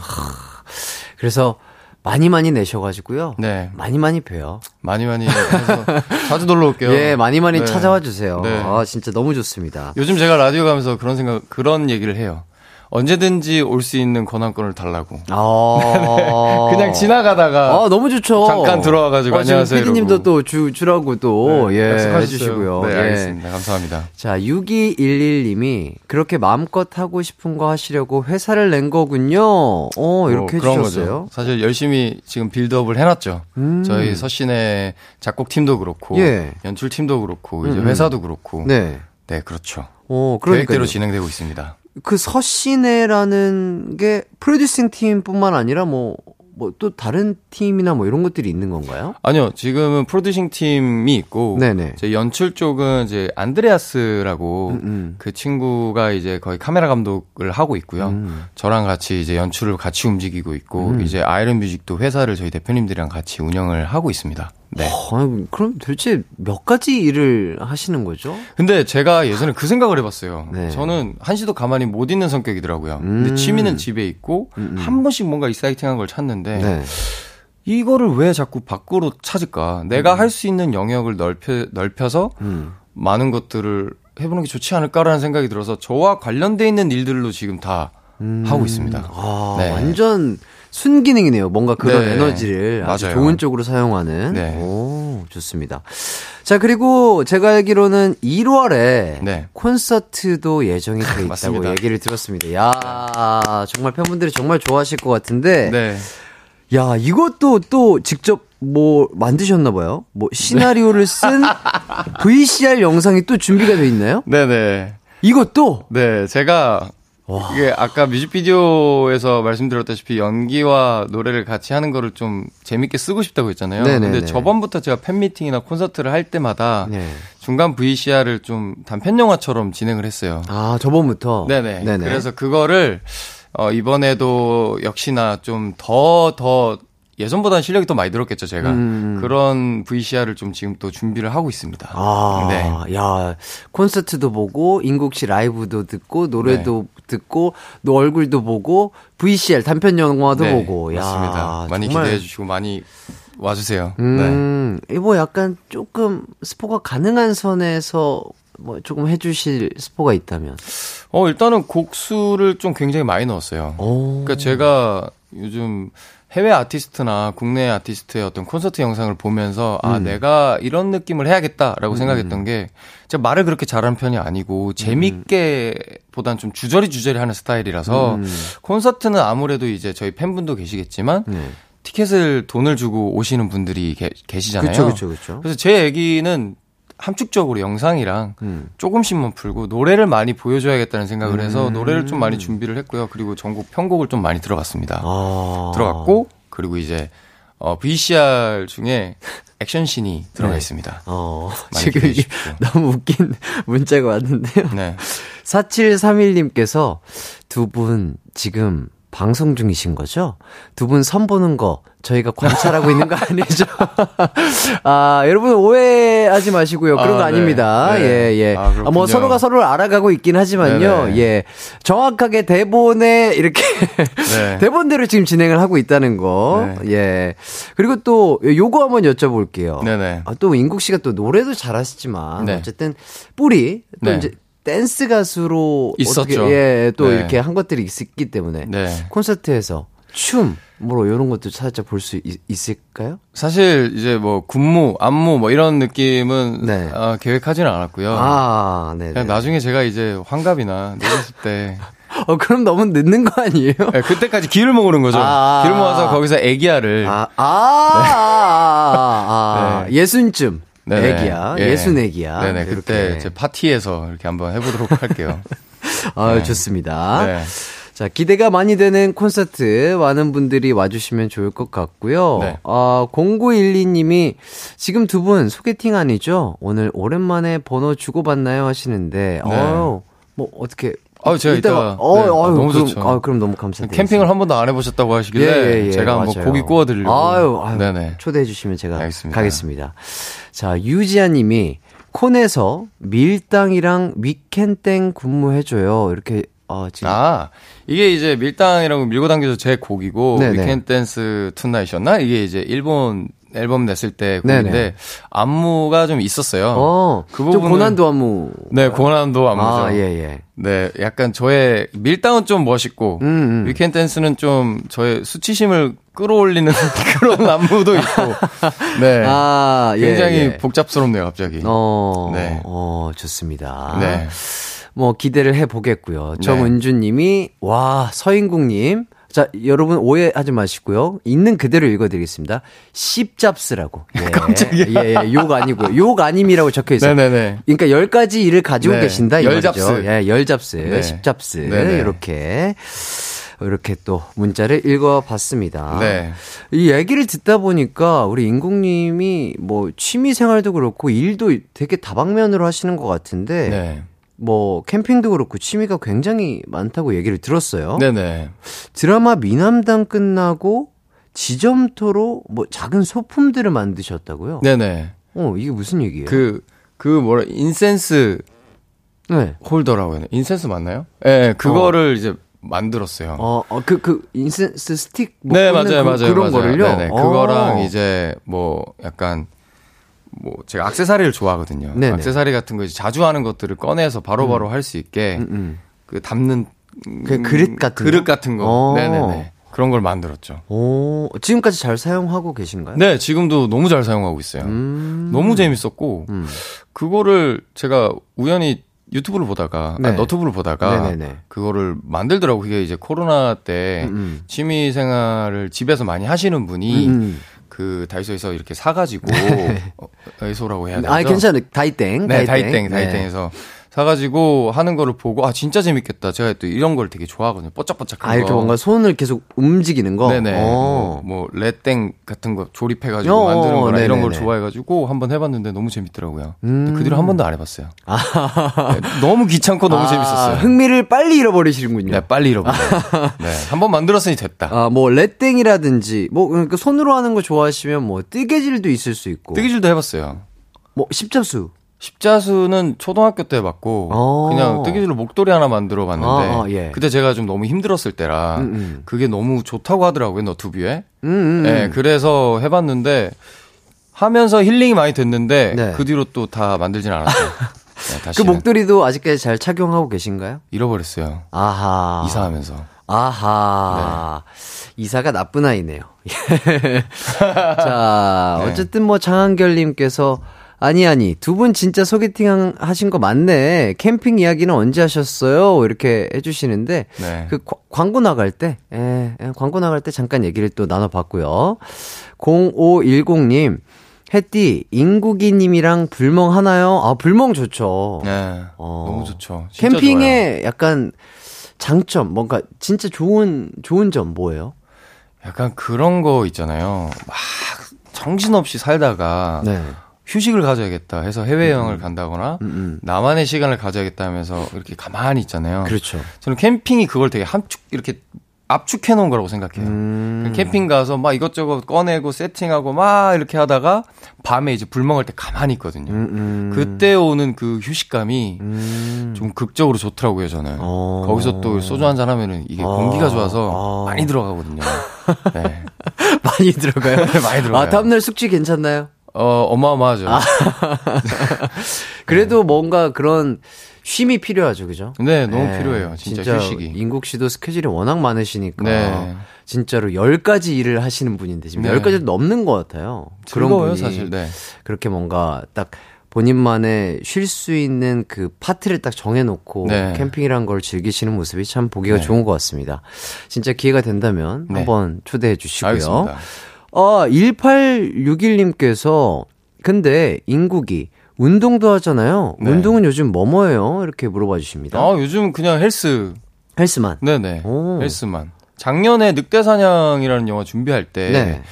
그래서 많이 많이 내셔가지고요. 네. 많이 많이 봬요. 많이 많이 해서 자주 놀러 올게요. 예, 많이 많이 네. 찾아와 주세요. 네. 아, 진짜 너무 좋습니다. 요즘 제가 라디오 가면서 그런 생각, 그런 얘기를 해요. 언제든지 올 수 있는 권한권을 달라고. 아, 그냥 지나가다가 아, 너무 좋죠. 아, 잠깐 들어와가지고 안녕하세요 피디님도 이러고. 네, 또 주, 주라고 또, 예, 약속하셨어요. 해주시고요. 네, 예. 알겠습니다. 감사합니다. 자, 6211님이 그렇게 마음껏 하고 싶은 거 하시려고 회사를 낸 거군요. 어, 이렇게 뭐 그런 해주셨어요. 음. 거죠. 사실 열심히 지금 빌드업을 해놨죠. 저희 서신의 작곡팀도 그렇고, 예. 음, 연출팀도 그렇고, 이제 회사도 그렇고. 네, 네. 그렇죠. 어, 그러니까. 계획대로 진행되고 있습니다. 그 서시네라는 게 프로듀싱 팀뿐만 아니라 뭐, 뭐 또 다른 팀이나 뭐 이런 것들이 있는 건가요? 아니요, 지금은 프로듀싱 팀이 있고, 네네. 제 연출 쪽은 이제 안드레아스라고 음, 그 친구가 이제 거의 카메라 감독을 하고 있고요. 음. 저랑 같이 이제 연출을 같이 움직이고 있고, 이제 아이런 뮤직도 회사를 저희 대표님들이랑 같이 운영을 하고 있습니다. 네. 어, 아유, 그럼 도대체 몇 가지 일을 하시는 거죠? 근데 제가 예전에 그 생각을 해봤어요. 네. 저는 한시도 가만히 못 있는 성격이더라고요. 근데 취미는 집에 있고 한 번씩 뭔가 익사이팅한 걸 찾는데 네. 이거를 왜 자꾸 밖으로 찾을까? 내가 할 수 있는 영역을 넓혀, 넓혀서 많은 것들을 해보는 게 좋지 않을까라는 생각이 들어서 저와 관련돼 있는 일들로 지금 다 하고 있습니다. 아, 네. 완전 순기능이네요. 뭔가 그런 네. 에너지를 아주 맞아요. 좋은 쪽으로 사용하는. 네. 오, 좋습니다. 자, 그리고 제가 알기로는 1월에 네. 콘서트도 예정이 돼 있다고 맞습니다. 얘기를 들었습니다. 야, 정말 팬분들이 정말 좋아하실 것 같은데 네. 야, 이것도 또 직접 뭐 만드셨나 봐요. 뭐 시나리오를 쓴 VCR 영상이 또 준비가 돼 있나요? 네네. 이것도 네, 제가 이게 아까 뮤직비디오에서 말씀드렸다시피 연기와 노래를 같이 하는 거를 좀 재밌게 쓰고 싶다고 했잖아요. 네네네. 근데 저번부터 제가 팬미팅이나 콘서트를 할 때마다 네. 중간 VCR을 좀 단편 영화처럼 진행을 했어요. 아, 저번부터 네네. 그래서 그거를 어, 이번에도 역시나 좀 더 더 예전보다는 실력이 더 많이 늘었겠죠, 제가. 그런 VCR을 좀 지금 또 준비를 하고 있습니다. 음. 아, 네. 야, 콘서트도 보고, 인국 씨 라이브도 듣고, 노래도 네. 듣고, 너 얼굴도 보고, VCR 단편 영화도 보고, 야. 네, 맞습니다. 많이 정말, 기대해 주시고 많이 와 주세요. 네. 음, 이뭐 약간 조금 스포가 가능한 선에서 뭐 조금 해주실 스포가 있다면. 어, 일단은 곡수를 좀 굉장히 많이 넣었어요. 오. 그러니까 제가 요즘 해외 아티스트나 국내 아티스트의 어떤 콘서트 영상을 보면서 음. 아 내가 이런 느낌을 해야겠다라고 생각했던 게 제가 말을 그렇게 잘하는 편이 음. 아니고 재밌게 보단 좀 주저리 주저리 하는 스타일이라서 음. 콘서트는 아무래도 이제 저희 팬분도 계시겠지만 네. 티켓을 돈을 주고 오시는 분들이 계, 계시잖아요. 그쵸, 그쵸, 그쵸. 그래서 제 얘기는 함축적으로 영상이랑 음. 조금씩만 풀고 노래를 많이 보여줘야겠다는 생각을 해서 음. 노래를 좀 많이 준비를 했고요. 그리고 전곡 편곡을 좀 많이 들어갔습니다. 아. 들어갔고 그리고 이제 어, VCR 중에 액션 씬이 들어가 네. 있습니다. 어, 많이 지금 이게 기대해 주십시오. 너무 웃긴 문자가 왔는데요. 네. 4731님께서 두 분 지금 방송 중이신 거죠? 두 분 선보는 거 저희가 관찰하고 있는 거 아니죠? 아, 여러분 오해하지 마시고요. 그런 아, 거 네. 아닙니다. 네. 예, 예. 아, 그렇군요. 아, 뭐 서로가 서로를 알아가고 있긴 하지만요. 네, 네. 예. 정확하게 대본에 이렇게 네. 대본대로 지금 진행을 하고 있다는 거. 네. 예. 그리고 또 요거 한번 여쭤볼게요. 네네. 아, 또 인국 씨가 또 노래도 잘하시지만 네. 어쨌든 뿌리 또 네. 이제 댄스 가수로 있었죠. 어떻게, 예, 또 네. 이렇게 한 것들이 있기 때문에 네. 콘서트에서 춤, 뭐 이런 것도 살짝 볼 수 있을까요? 사실 이제 뭐 군무, 안무 뭐 이런 느낌은 네. 아, 계획하지는 않았고요. 아, 네. 그냥 나중에 제가 이제 환갑이나 늙었을 때 어, 그럼 너무 늦는 거 아니에요? 네, 그때까지 기를 모으는 거죠. 아. 기를 모아서 거기서 애기야를 아, 아, 아, 아, 아. 네. 예순쯤. 네네. 애기야, 예. 예. 순 애기야. 네네. 그때 이렇게. 제 파티에서 이렇게 한번 해보도록 할게요. 아, 네. 좋습니다. 네. 자, 기대가 많이 되는 콘서트 많은 분들이 와주시면 좋을 것 같고요. 네. 아, 0912님이 지금 두 분 소개팅 아니죠? 오늘 오랜만에 번호 주고받나요? 하시는데, 네. 어, 뭐, 어떻게. 아, 제가 이따가- 이따- 어, 네, 아유, 너무 그럼, 좋죠. 아, 그럼 너무 감사드립니다. 캠핑을 한 번도 안 해보셨다고 하시길래 예, 제가 한번 예, 맞아요. 고기 구워드리려고. 아유, 아유, 네네. 초대해 주시면 제가 알겠습니다. 가겠습니다. 자, 유지아 님이 콘에서 밀당이랑 위켄땡 군무해 줘요. 이렇게 어 지금 아 이게 이제 밀당이라고 밀고 당겨서 제 곡이고 네네. 위켄 댄스 투나잇이었나 이게 이제 일본 앨범 냈을 때 곡인데 네네. 안무가 좀 있었어요. 어, 그 그 부분은- 고난도 안무. 네 고난도 안무죠. 아, 예, 예. 네, 약간 저의 밀당은 좀 멋있고 음, 음. 위켄 댄스는 좀 저의 수치심을 끌어올리는 그런 안무도 있고. 네. 아, 예. 굉장히 예. 복잡스럽네요, 갑자기. 어, 네. 어, 좋습니다. 네. 뭐 기대를 해 보겠고요. 정은주 님이 와, 서인국 님. 자, 여러분 오해하지 마시고요. 있는 그대로 읽어 드리겠습니다. 씹잡스라고. 예. 깜짝이야. 예, 예. 욕 아니고 욕 아님이라고 적혀 있어요. 네네네. 그러니까 열 가지 일을 가지고 네. 계신다 이 열잡스. 말이죠. 예, 열잡스, 네. 십잡스 네네. 이렇게 이렇게 또 문자를 읽어봤습니다. 네. 이 얘기를 듣다 보니까 우리 인국님이 뭐 취미 생활도 그렇고 일도 되게 다방면으로 하시는 것 같은데 네. 뭐 캠핑도 그렇고 취미가 굉장히 많다고 얘기를 들었어요. 네네. 드라마 미남당 끝나고 지점토로 뭐 작은 소품들을 만드셨다고요? 네네. 어 이게 무슨 얘기예요? 그, 그 뭐라, 인센스 네. 홀더라고 해요. 인센스 맞나요? 예, 네, 그거를 이제 만들었어요. 어, 어, 그, 그, 인센스 스틱. 뭐 네, 꽂는 맞아요, 그, 맞아요. 그런 맞아요. 거를요? 네네. 어. 그거랑 이제 뭐 약간 뭐 제가 악세사리를 좋아하거든요. 네네. 음. 악세사리 같은 거 이제 자주 하는 것들을 꺼내서 바로바로 할 수 있게 그 담는 그 그릇 같은 그릇 거? 같은 거. 어. 네네네. 그런 걸 만들었죠. 오, 지금까지 잘 사용하고 계신가요? 네, 지금도 너무 잘 사용하고 있어요. 음. 너무 재밌었고 그거를 제가 우연히 유튜브를 보다가 네. 아, 너튜브를 보다가 네네네. 그거를 만들더라고 그게 이제 코로나 때 음, 취미 생활을 집에서 많이 하시는 분이 음. 네. 그 다이소에서 이렇게 사가지고 어, 다이소라고 해야 되죠? 아, 괜찮아요. 다이땡. 네, 다이땡, 다이땡에서 사가지고 하는 거를 보고 아 진짜 재밌겠다. 제가 또 이런 걸 되게 좋아하거든요. 뽀짝뽀짝한 아, 이렇게 거. 뭔가 손을 계속 움직이는 거? 네네. 어. 뭐, 뭐 레땡 같은 거 조립해가지고 어, 만드는 거나 이런 걸 네네네. 좋아해가지고 한번 해봤는데 너무 재밌더라고요. 근데 그 뒤로 한 번도 안 해봤어요. 네, 너무 귀찮고 너무 음. 아, 재밌었어요. 흥미를 빨리 잃어버리시는군요. 네, 빨리 잃어버려요. 네, 한 번 만들었으니 됐다. 아, 뭐, 레땡이라든지, 뭐, 그러니까 손으로 하는 거 좋아하시면 뭐, 뜨개질도 있을 수 있고. 뜨개질도 해봤어요. 뭐, 십자수. 십자수는 초등학교 때 봤고 어. 그냥 뜨개질로 목도리 하나 만들어 봤는데 아, 아, 예. 그때 제가 좀 너무 힘들었을 때라 음, 음. 그게 너무 좋다고 하더라고요 너튜브에 음, 음. 네, 그래서 해봤는데 하면서 힐링이 많이 됐는데 네. 그 뒤로 또 다 만들진 않았어요 네, 다시 그 는 목도리도 아직까지 잘 착용하고 계신가요? 잃어버렸어요 아하. 이사하면서 아하. 네. 이사가 나쁜 아이네요. 자, 네. 어쨌든 뭐 장한결님께서 아니 아니 두 분 진짜 소개팅 한- 하신 거 맞네. 캠핑 이야기는 언제 하셨어요? 이렇게 해주시는데 네. 그 과- 광고 나갈 때, 예, 예, 광고 나갈 때 잠깐 얘기를 또 나눠봤고요. 0510님 해띠 인국이님이랑 불멍 하나요? 아 불멍 좋죠. 네, 어. 너무 좋죠 진짜 좋아요. 캠핑의 약간 장점 뭔가 진짜 좋은 좋은 점 뭐예요? 약간 그런 거 있잖아요 막 정신없이 살다가 네. 휴식을 가져야겠다 해서 해외여행을 간다거나 음. 나만의 시간을 가져야겠다 하면서 이렇게 가만히 있잖아요. 그렇죠. 저는 캠핑이 그걸 되게 함축 이렇게 압축해 놓은 거라고 생각해요. 음. 캠핑 가서 막 이것저것 꺼내고 세팅하고 막 이렇게 하다가 밤에 이제 불멍할 때 가만히 있거든요. 음, 음. 그때 오는 그 휴식감이 음. 좀 극적으로 좋더라고요, 저는. 어. 거기서 또 소주 한잔 하면은 이게 아. 공기가 좋아서 아. 많이 들어가거든요. 네. 많이 들어가요. 많이 들어가요. 아 다음날 숙취 괜찮나요? 어, 어마어마하죠. 아. 그래도 뭔가 그런 쉼이 필요하죠, 그죠? 네, 너무 예, 필요해요. 진짜, 휴식이. 인국 씨도 스케줄이 워낙 많으시니까 네. 진짜로 10가지 일을 하시는 분인데 지금 네. 10가지 넘는 것 같아요. 즐거워요, 사실. 네. 그렇게 뭔가 딱 본인만의 쉴 수 있는 그 파트를 딱 정해놓고 네. 캠핑이란 걸 즐기시는 모습이 참 보기가 네. 좋은 것 같습니다. 진짜 기회가 된다면 네. 한번 초대해 주시고요. 알겠습니다. 어, 1861님께서 근데 인국이 운동도 하잖아요. 네. 운동은 요즘 뭐뭐예요? 이렇게 물어봐 주십니다. 아, 요즘 그냥 헬스. 헬스만. 네네. 오. 헬스만. 작년에 늑대사냥이라는 영화 준비할 때. 네.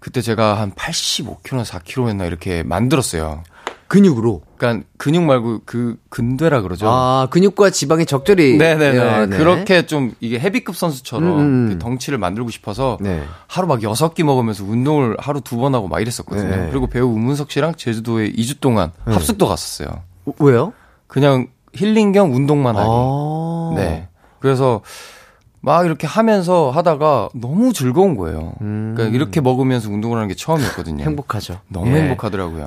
그때 제가 한 85kg나 4kg 했나 이렇게 만들었어요. 근육으로. 그러니까 근육 말고 그 근대라 그러죠. 아, 근육과 지방이 적절히. 네네네. 어, 네. 그렇게 좀 이게 헤비급 선수처럼 음, 음. 이렇게 덩치를 만들고 싶어서 네. 하루 막 여섯 끼 먹으면서 운동을 하루 두 번 하고 막 이랬었거든요. 네. 그리고 배우 우문석 씨랑 제주도에 2주 동안 합숙도 갔었어요. 어, 왜요? 그냥 힐링 겸 운동만 하니. 아. 네. 그래서 막 이렇게 하면서 하다가 너무 즐거운 거예요. 그러니까 이렇게 먹으면서 운동을 하는 게 처음이었거든요. 음. 행복하죠. 너무 예. 행복하더라고요.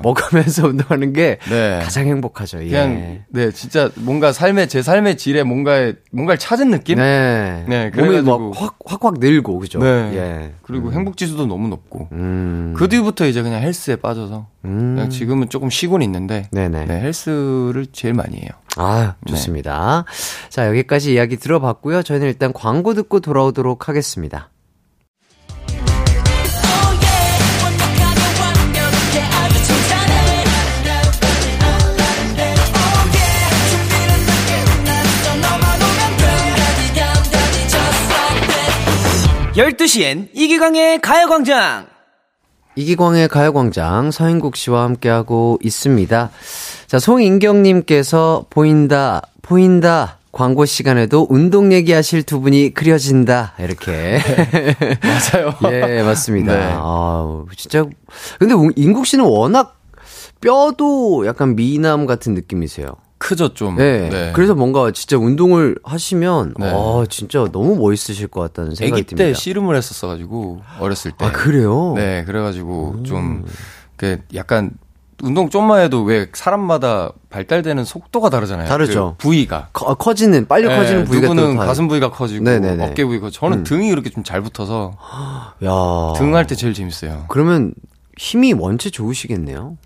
먹으면서 운동하는 게 네. 가장 행복하죠. 예. 그냥 네 진짜 뭔가 삶의 제 삶의 질에 뭔가에 뭔가를 찾은 느낌. 네. 네, 몸이 그래가지고. 막확 확확 늘고 그죠. 네. 예. 그리고 행복 지수도 너무 높고 음. 그 뒤부터 이제 그냥 헬스에 빠져서 음. 그냥 지금은 조금 쉬고는 있는데 네네. 네, 헬스를 제일 많이 해요. 아 좋습니다. 자 여기까지 이야기 들어봤고요. 저희는 일단 광고 듣고 돌아오도록 하겠습니다. 이기광의 가요광장 서인국 씨와 함께하고 있습니다. 자, 송인경님께서 보인다, 보인다. 광고 시간에도 운동 얘기하실 두 분이 그려진다. 이렇게. 맞아요. 예, 맞습니다. 네. 아우, 진짜. 근데 우- 인국 씨는 워낙 뼈도 약간 미남 같은 느낌이세요. 크죠 좀. 네. 네. 그래서 뭔가 진짜 운동을 하시면, 네. 아, 진짜 너무 멋있으실 것 같다는 생각이 아기 때 네. 듭니다. 씨름을 했었어가지고 어렸을 때. 아, 그래요? 네, 그래가지고 좀, 그, 약간 운동 좀만 해도 왜 사람마다 발달되는 속도가 다르잖아요. 다르죠. 그 부위가. 커, 커지는 빨리 예, 커지는 부위가 누구는 또 다- 가슴 부위가 커지고 네네네. 음. 아. 어깨 부위가 저는 등이 이렇게 좀 잘 붙어서 야. 등할 때 제일 재밌어요. 그러면 힘이 원체 좋으시겠네요.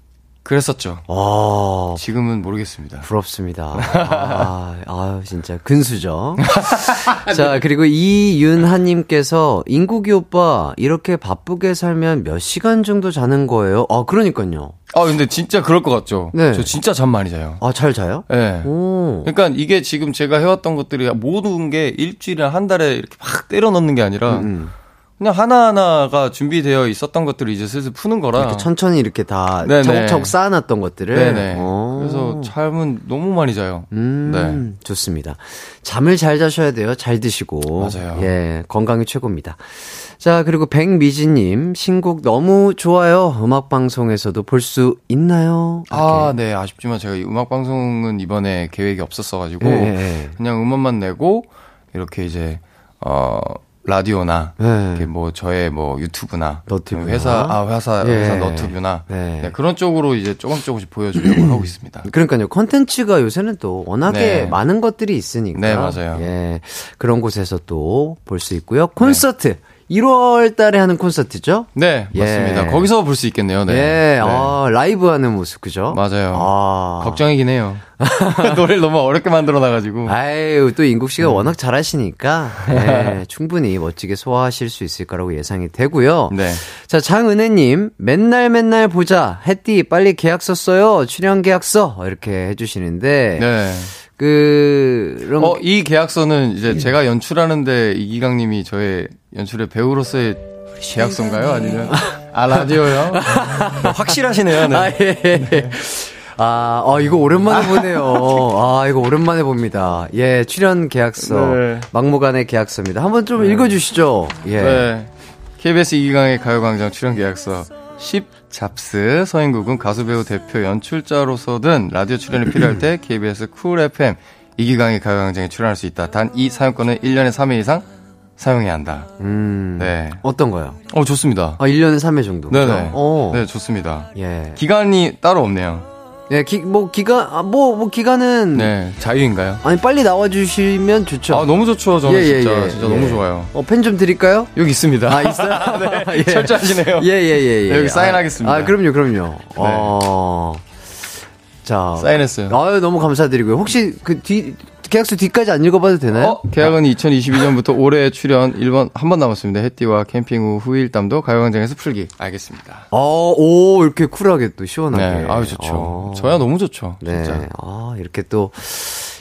그랬었죠. 아, 지금은 모르겠습니다. 부럽습니다. 아, 아, 진짜 근수죠. 자, 네. 그리고 이윤하님께서 인국이 오빠 이렇게 바쁘게 살면 몇 시간 정도 자는 거예요? 아, 그러니까요. 아 근데 진짜 그럴 것 같죠. 네. 저 진짜 잠 많이 자요. 아, 잘 자요? 예. 오, 그러니까 이게 지금 제가 해왔던 것들이 모든 게 일주일에 한 달에 이렇게 막 때려 넣는 게 아니라 음, 그냥 하나하나가 준비되어 있었던 것들을 이제 슬슬 푸는 거라. 이렇게 천천히 이렇게 다 아. 네네. 차곡차곡 쌓아놨던 것들을. 네네. 오. 그래서 잠은 너무 많이 자요. 네. 음, 좋습니다. 잠을 잘 자셔야 돼요. 잘 드시고. 맞아요. 예, 건강이 최고입니다. 자, 그리고 백미지님, 신곡 너무 좋아요. 음악방송에서도 볼 수 있나요? 아, 네. 아쉽지만 제가 이 음악 방송은 이번에 계획이 없었어가지고 예, 예, 그냥 음원만 내고 이렇게 이제 어 라디오나 예. 이렇게 뭐 저의 뭐 유튜브나 너튜브나. 회사 아 회사 예. 회사 너튜브나 네. 네, 음. 그런 쪽으로 이제 조금 조금씩 보여주려고 하고 있습니다. 그러니까요. 컨텐츠가 요새는 또 워낙에 네. 많은 것들이 있으니까. 네, 맞아요. 예. 그런 곳에서 또 볼 수 있고요. 콘서트. 1월 달에 하는 콘서트죠? 네, 예. 맞습니다. 거기서 볼 수 있겠네요. 네. 예. 네. 아, 라이브 하는 모습 그죠? 맞아요. 아. 걱정이긴 해요. 노래를 너무 어렵게 만들어 놔가지고. 아유, 또 인국 음. 씨가 워낙 잘하시니까 예, 충분히 멋지게 소화하실 수 있을 거라고 예상이 되고요. 네. 자, 장은혜님, 맨날 맨날 보자. 햇띠, 빨리 계약서 써요. 출연 계약서. 이렇게 해주시는데. 네. 그, 그럼. 어, 이 계약서는 이제 제가 연출하는데 이기강님이 저의 연출의 배우로서의 계약서인가요? 아니면 아 라디오요? 확실하시네요. 네. 아, 예. 아, 어, 이거 오랜만에 보네요. 아, 이거 오랜만에 봅니다. 예, 출연 계약서. 네. 막무가내 계약서입니다. 한번 좀 읽어주시죠. 예. 네. KBS 이기강의 가요광장 출연 계약서 10 잡스 서인국은 가수배우 대표 연출자로서든 라디오 출연이 필요할 때 KBS 쿨 FM 이기강의 가요광장에 출연할 수 있다. 단 이 사용권은 1년에 3회 이상 사용해야 한다. 음. 네. 어떤 거요? 어, 좋습니다. 아, 1년에 3회 정도. 네네. 어. 네, 좋습니다. 예. 기간이 따로 없네요. 예, 기, 뭐, 기간, 아, 뭐, 뭐, 기간은. 네, 자유인가요? 아니, 빨리 나와주시면 좋죠. 아, 너무 좋죠. 저는 예, 예, 진짜, 예. 진짜 예. 너무 좋아요. 어, 펜 좀 드릴까요? 여기 있습니다. 아, 있어요? 예. 철저하시네요. 예, 예, 예, 예. 여기 사인하겠습니다. 네. 아, 아, 그럼요, 그럼요. 어. 자. 사인했어요. 아유, 예, 너무 감사드리고요. 혹시 그 뒤, 계약서 뒤까지 안 읽어봐도 되나요? 어? 계약은 2022년부터 올해 출연 1번 한 번 남았습니다. 해띠와 캠핑 후 후일담도 가요광장에서 풀기. 알겠습니다. 어, 오, 이렇게 쿨하게 또 시원하게. 어. 네, 아유 좋죠. 저야 너무 좋죠. 네. 진짜. 아, 이렇게 또,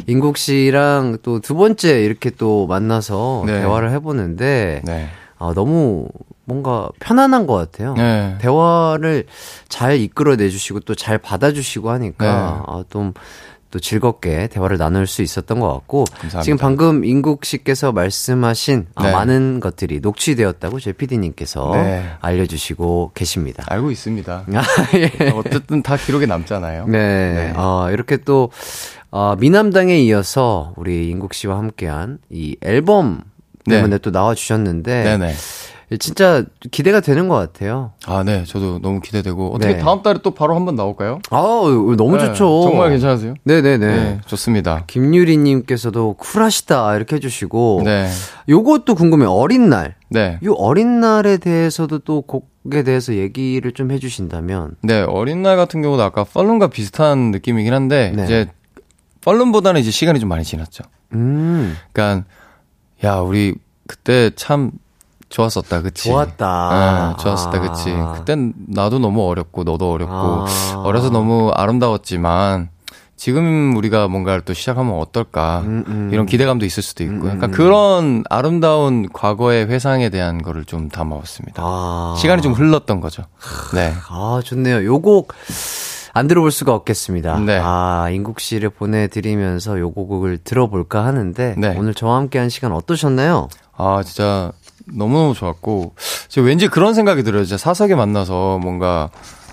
인국 씨랑 또 두 번째 이렇게 또 만나서 네. 대화를 해보는데, 네. 아, 너무 뭔가 편안한 것 같아요. 네. 대화를 잘 이끌어내주시고 또 잘 받아주시고 하니까 네. 아, 좀. 또 즐겁게 대화를 나눌 수 있었던 것 같고 감사합니다. 지금 방금 인국 씨께서 말씀하신 아, 네. 많은 것들이 녹취되었다고 제 PD님께서 네. 알려주시고 계십니다. 알고 있습니다. 아, 예. 어쨌든 다 기록에 남잖아요. 네. 네. 어, 이렇게 또, 어, 미남당에 이어서 우리 인국 씨와 함께한 이 앨범 네. 때문에 또 나와주셨는데. 네, 네. 진짜 기대가 되는 것 같아요. 아, 네. 저도 너무 기대되고 어떻게 네. 다음 달에 또 바로 한번 나올까요? 아 너무 네, 좋죠. 정말 괜찮으세요? 네네네. 네, 좋습니다. 김유리님께서도 쿨하시다 이렇게 해주시고. 네. 요것도 궁금해요. 어린 날. 네. 요 어린 날에 대해서도 또 곡에 대해서 얘기를 좀 해주신다면. 네, 어린 날 같은 경우도 아까 펄룸과 비슷한 느낌이긴 한데 네. 이제 펄룸보다는 이제 시간이 좀 많이 지났죠. 음. 그러니까 야 우리 그때 참 좋았었다, 그치? 좋았다. 아, 좋았었다, 아. 그치? 그땐 나도 너무 어렵고 너도 어렵고 아. 어려서 너무 아름다웠지만 지금 우리가 뭔가를 또 시작하면 어떨까 음, 이런 기대감도 있을 수도 있고 약간 그런 아름다운 과거의 회상에 대한 거를 좀 담아왔습니다. 아. 시간이 좀 흘렀던 거죠. 네. 아, 좋네요. 요 곡, 안 들어볼 수가 없겠습니다. 네. 아, 인국 씨를 보내드리면서 요 곡을 들어볼까 하는데, 네. 오늘 저와 함께한 시간 어떠셨나요? 아, 진짜 너무너무 좋았고, 제가 왠지 그런 생각이 들어요. 진짜 사석에 만나서 뭔가,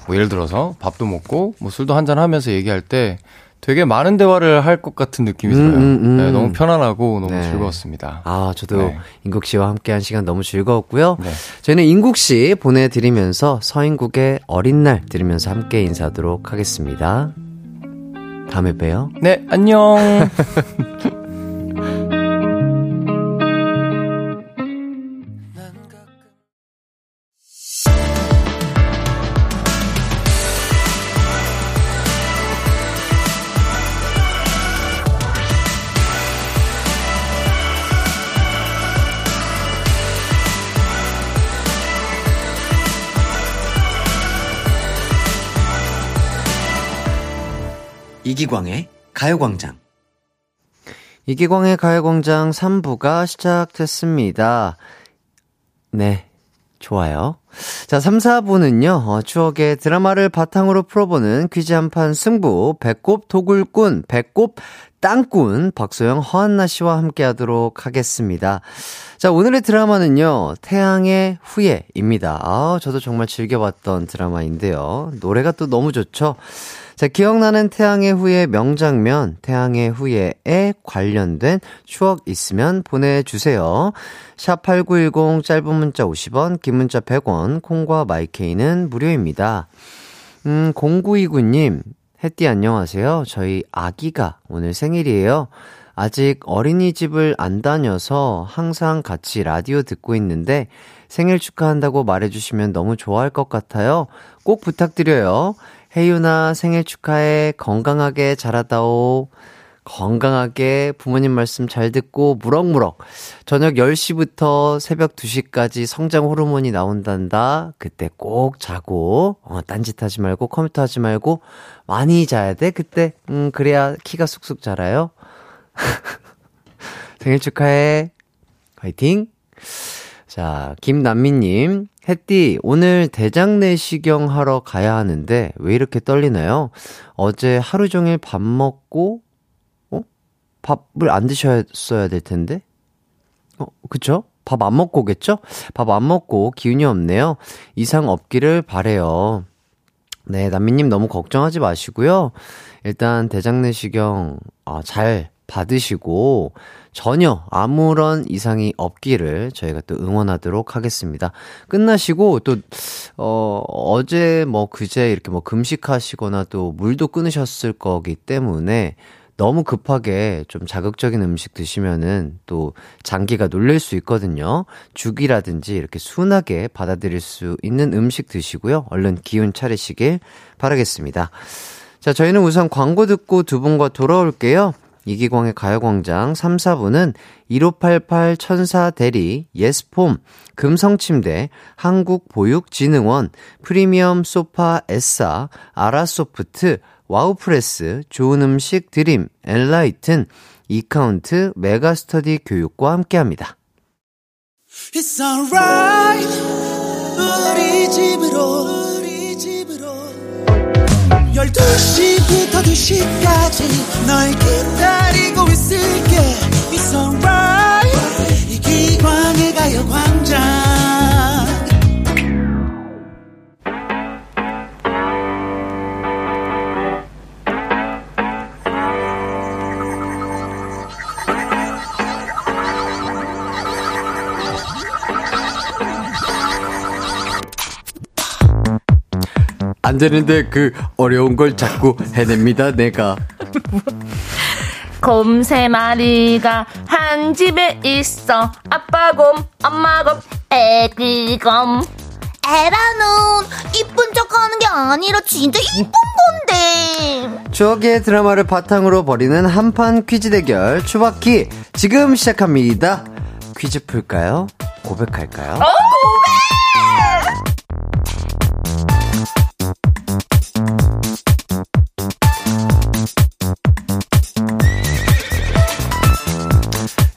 뭐 예를 들어서 밥도 먹고, 뭐 술도 한잔 하면서 얘기할 때, 되게 많은 대화를 할 것 같은 느낌이 음, 들어요. 음, 음. 네, 너무 편안하고 너무 네. 즐거웠습니다. 아, 저도 네. 인국 씨와 함께한 시간 너무 즐거웠고요. 네. 저희는 인국 씨 보내드리면서 서인국의 어린 날 들으면서 함께 인사하도록 하겠습니다. 다음에 봬요. 네, 안녕. 이기광의 가요광장. 이기광의 가요광장 3부가 시작됐습니다. 네. 좋아요. 자, 3, 4부는요, 어, 추억의 드라마를 바탕으로 풀어보는 퀴즈 한판 승부, 배꼽 도굴꾼, 배꼽 땅꾼, 박소영, 허한나 씨와 함께 하도록 하겠습니다. 자, 오늘의 드라마는요, 태양의 후예입니다. 아, 저도 정말 즐겨봤던 드라마인데요. 노래가 또 너무 좋죠? 자, 기억나는 태양의 후예 명장면, 태양의 후예에 관련된 추억 있으면 보내주세요. 샵8910 짧은 문자 50원, 긴 문자 100원, 콩과 마이케이는 무료입니다. 음, 0929님, 햇띠 안녕하세요. 저희 아기가 오늘 생일이에요. 아직 어린이집을 안 다녀서 항상 같이 라디오 듣고 있는데 생일 축하한다고 말해주시면 너무 좋아할 것 같아요. 꼭 부탁드려요. 혜윤아 생일 축하해 건강하게 자라다오. 건강하게 부모님 말씀 잘 듣고 무럭무럭 저녁 10시부터 새벽 2시까지 성장 호르몬이 나온단다. 그때 꼭 자고 어, 딴짓하지 말고 컴퓨터 하지 말고 많이 자야 돼. 그때 음 그래야 키가 쑥쑥 자라요. 생일 축하해. 화이팅. 자, 김남미님. 햇띠, 오늘 대장내시경 하러 가야 하는데 왜 이렇게 떨리나요? 어제 하루 종일 밥 먹고, 어? 밥을 안 드셨어야 될 텐데? 어, 그쵸? 밥 안 먹고 오겠죠? 밥 안 먹고 기운이 없네요. 이상 없기를 바래요. 네, 남미님 너무 걱정하지 마시고요. 일단 대장내시경 아, 잘 받으시고 전혀 아무런 이상이 없기를 저희가 또 응원하도록 하겠습니다. 끝나시고 또 어, 어제 뭐 그제 이렇게 뭐 금식하시거나 또 물도 끊으셨을 거기 때문에 너무 급하게 좀 자극적인 음식 드시면은 또 장기가 눌릴 수 있거든요. 죽이라든지 이렇게 순하게 받아들일 수 있는 음식 드시고요. 얼른 기운 차리시길 바라겠습니다. 자, 저희는 우선 광고 듣고 두 분과 돌아올게요. 이기광의 가요광장 3, 4부는 1588 천사 대리, 예스폼, 금성침대, 한국보육진흥원, 프리미엄 소파 에싸, 아라소프트, 와우프레스, 좋은 음식 드림, 엘라이튼, 이카운트, 메가스터디 교육과 함께합니다. It's alright 우리 집으로 우리 집으로 12시부터 2시까지 널 기다리고 있을게 It's alright 이기광의 가요광장 안 되는데 그 어려운 걸 자꾸 해냅니다, 내가. 곰 세 마리가 한 집에 있어. 아빠 곰, 엄마 곰, 애기 곰. 에라는 이쁜 척하는 게 아니라 진짜 이쁜 건데. 추억의 드라마를 바탕으로 벌이는 한판 퀴즈 대결 추바키 지금 시작합니다. 퀴즈 풀까요? 어, 고백할까요?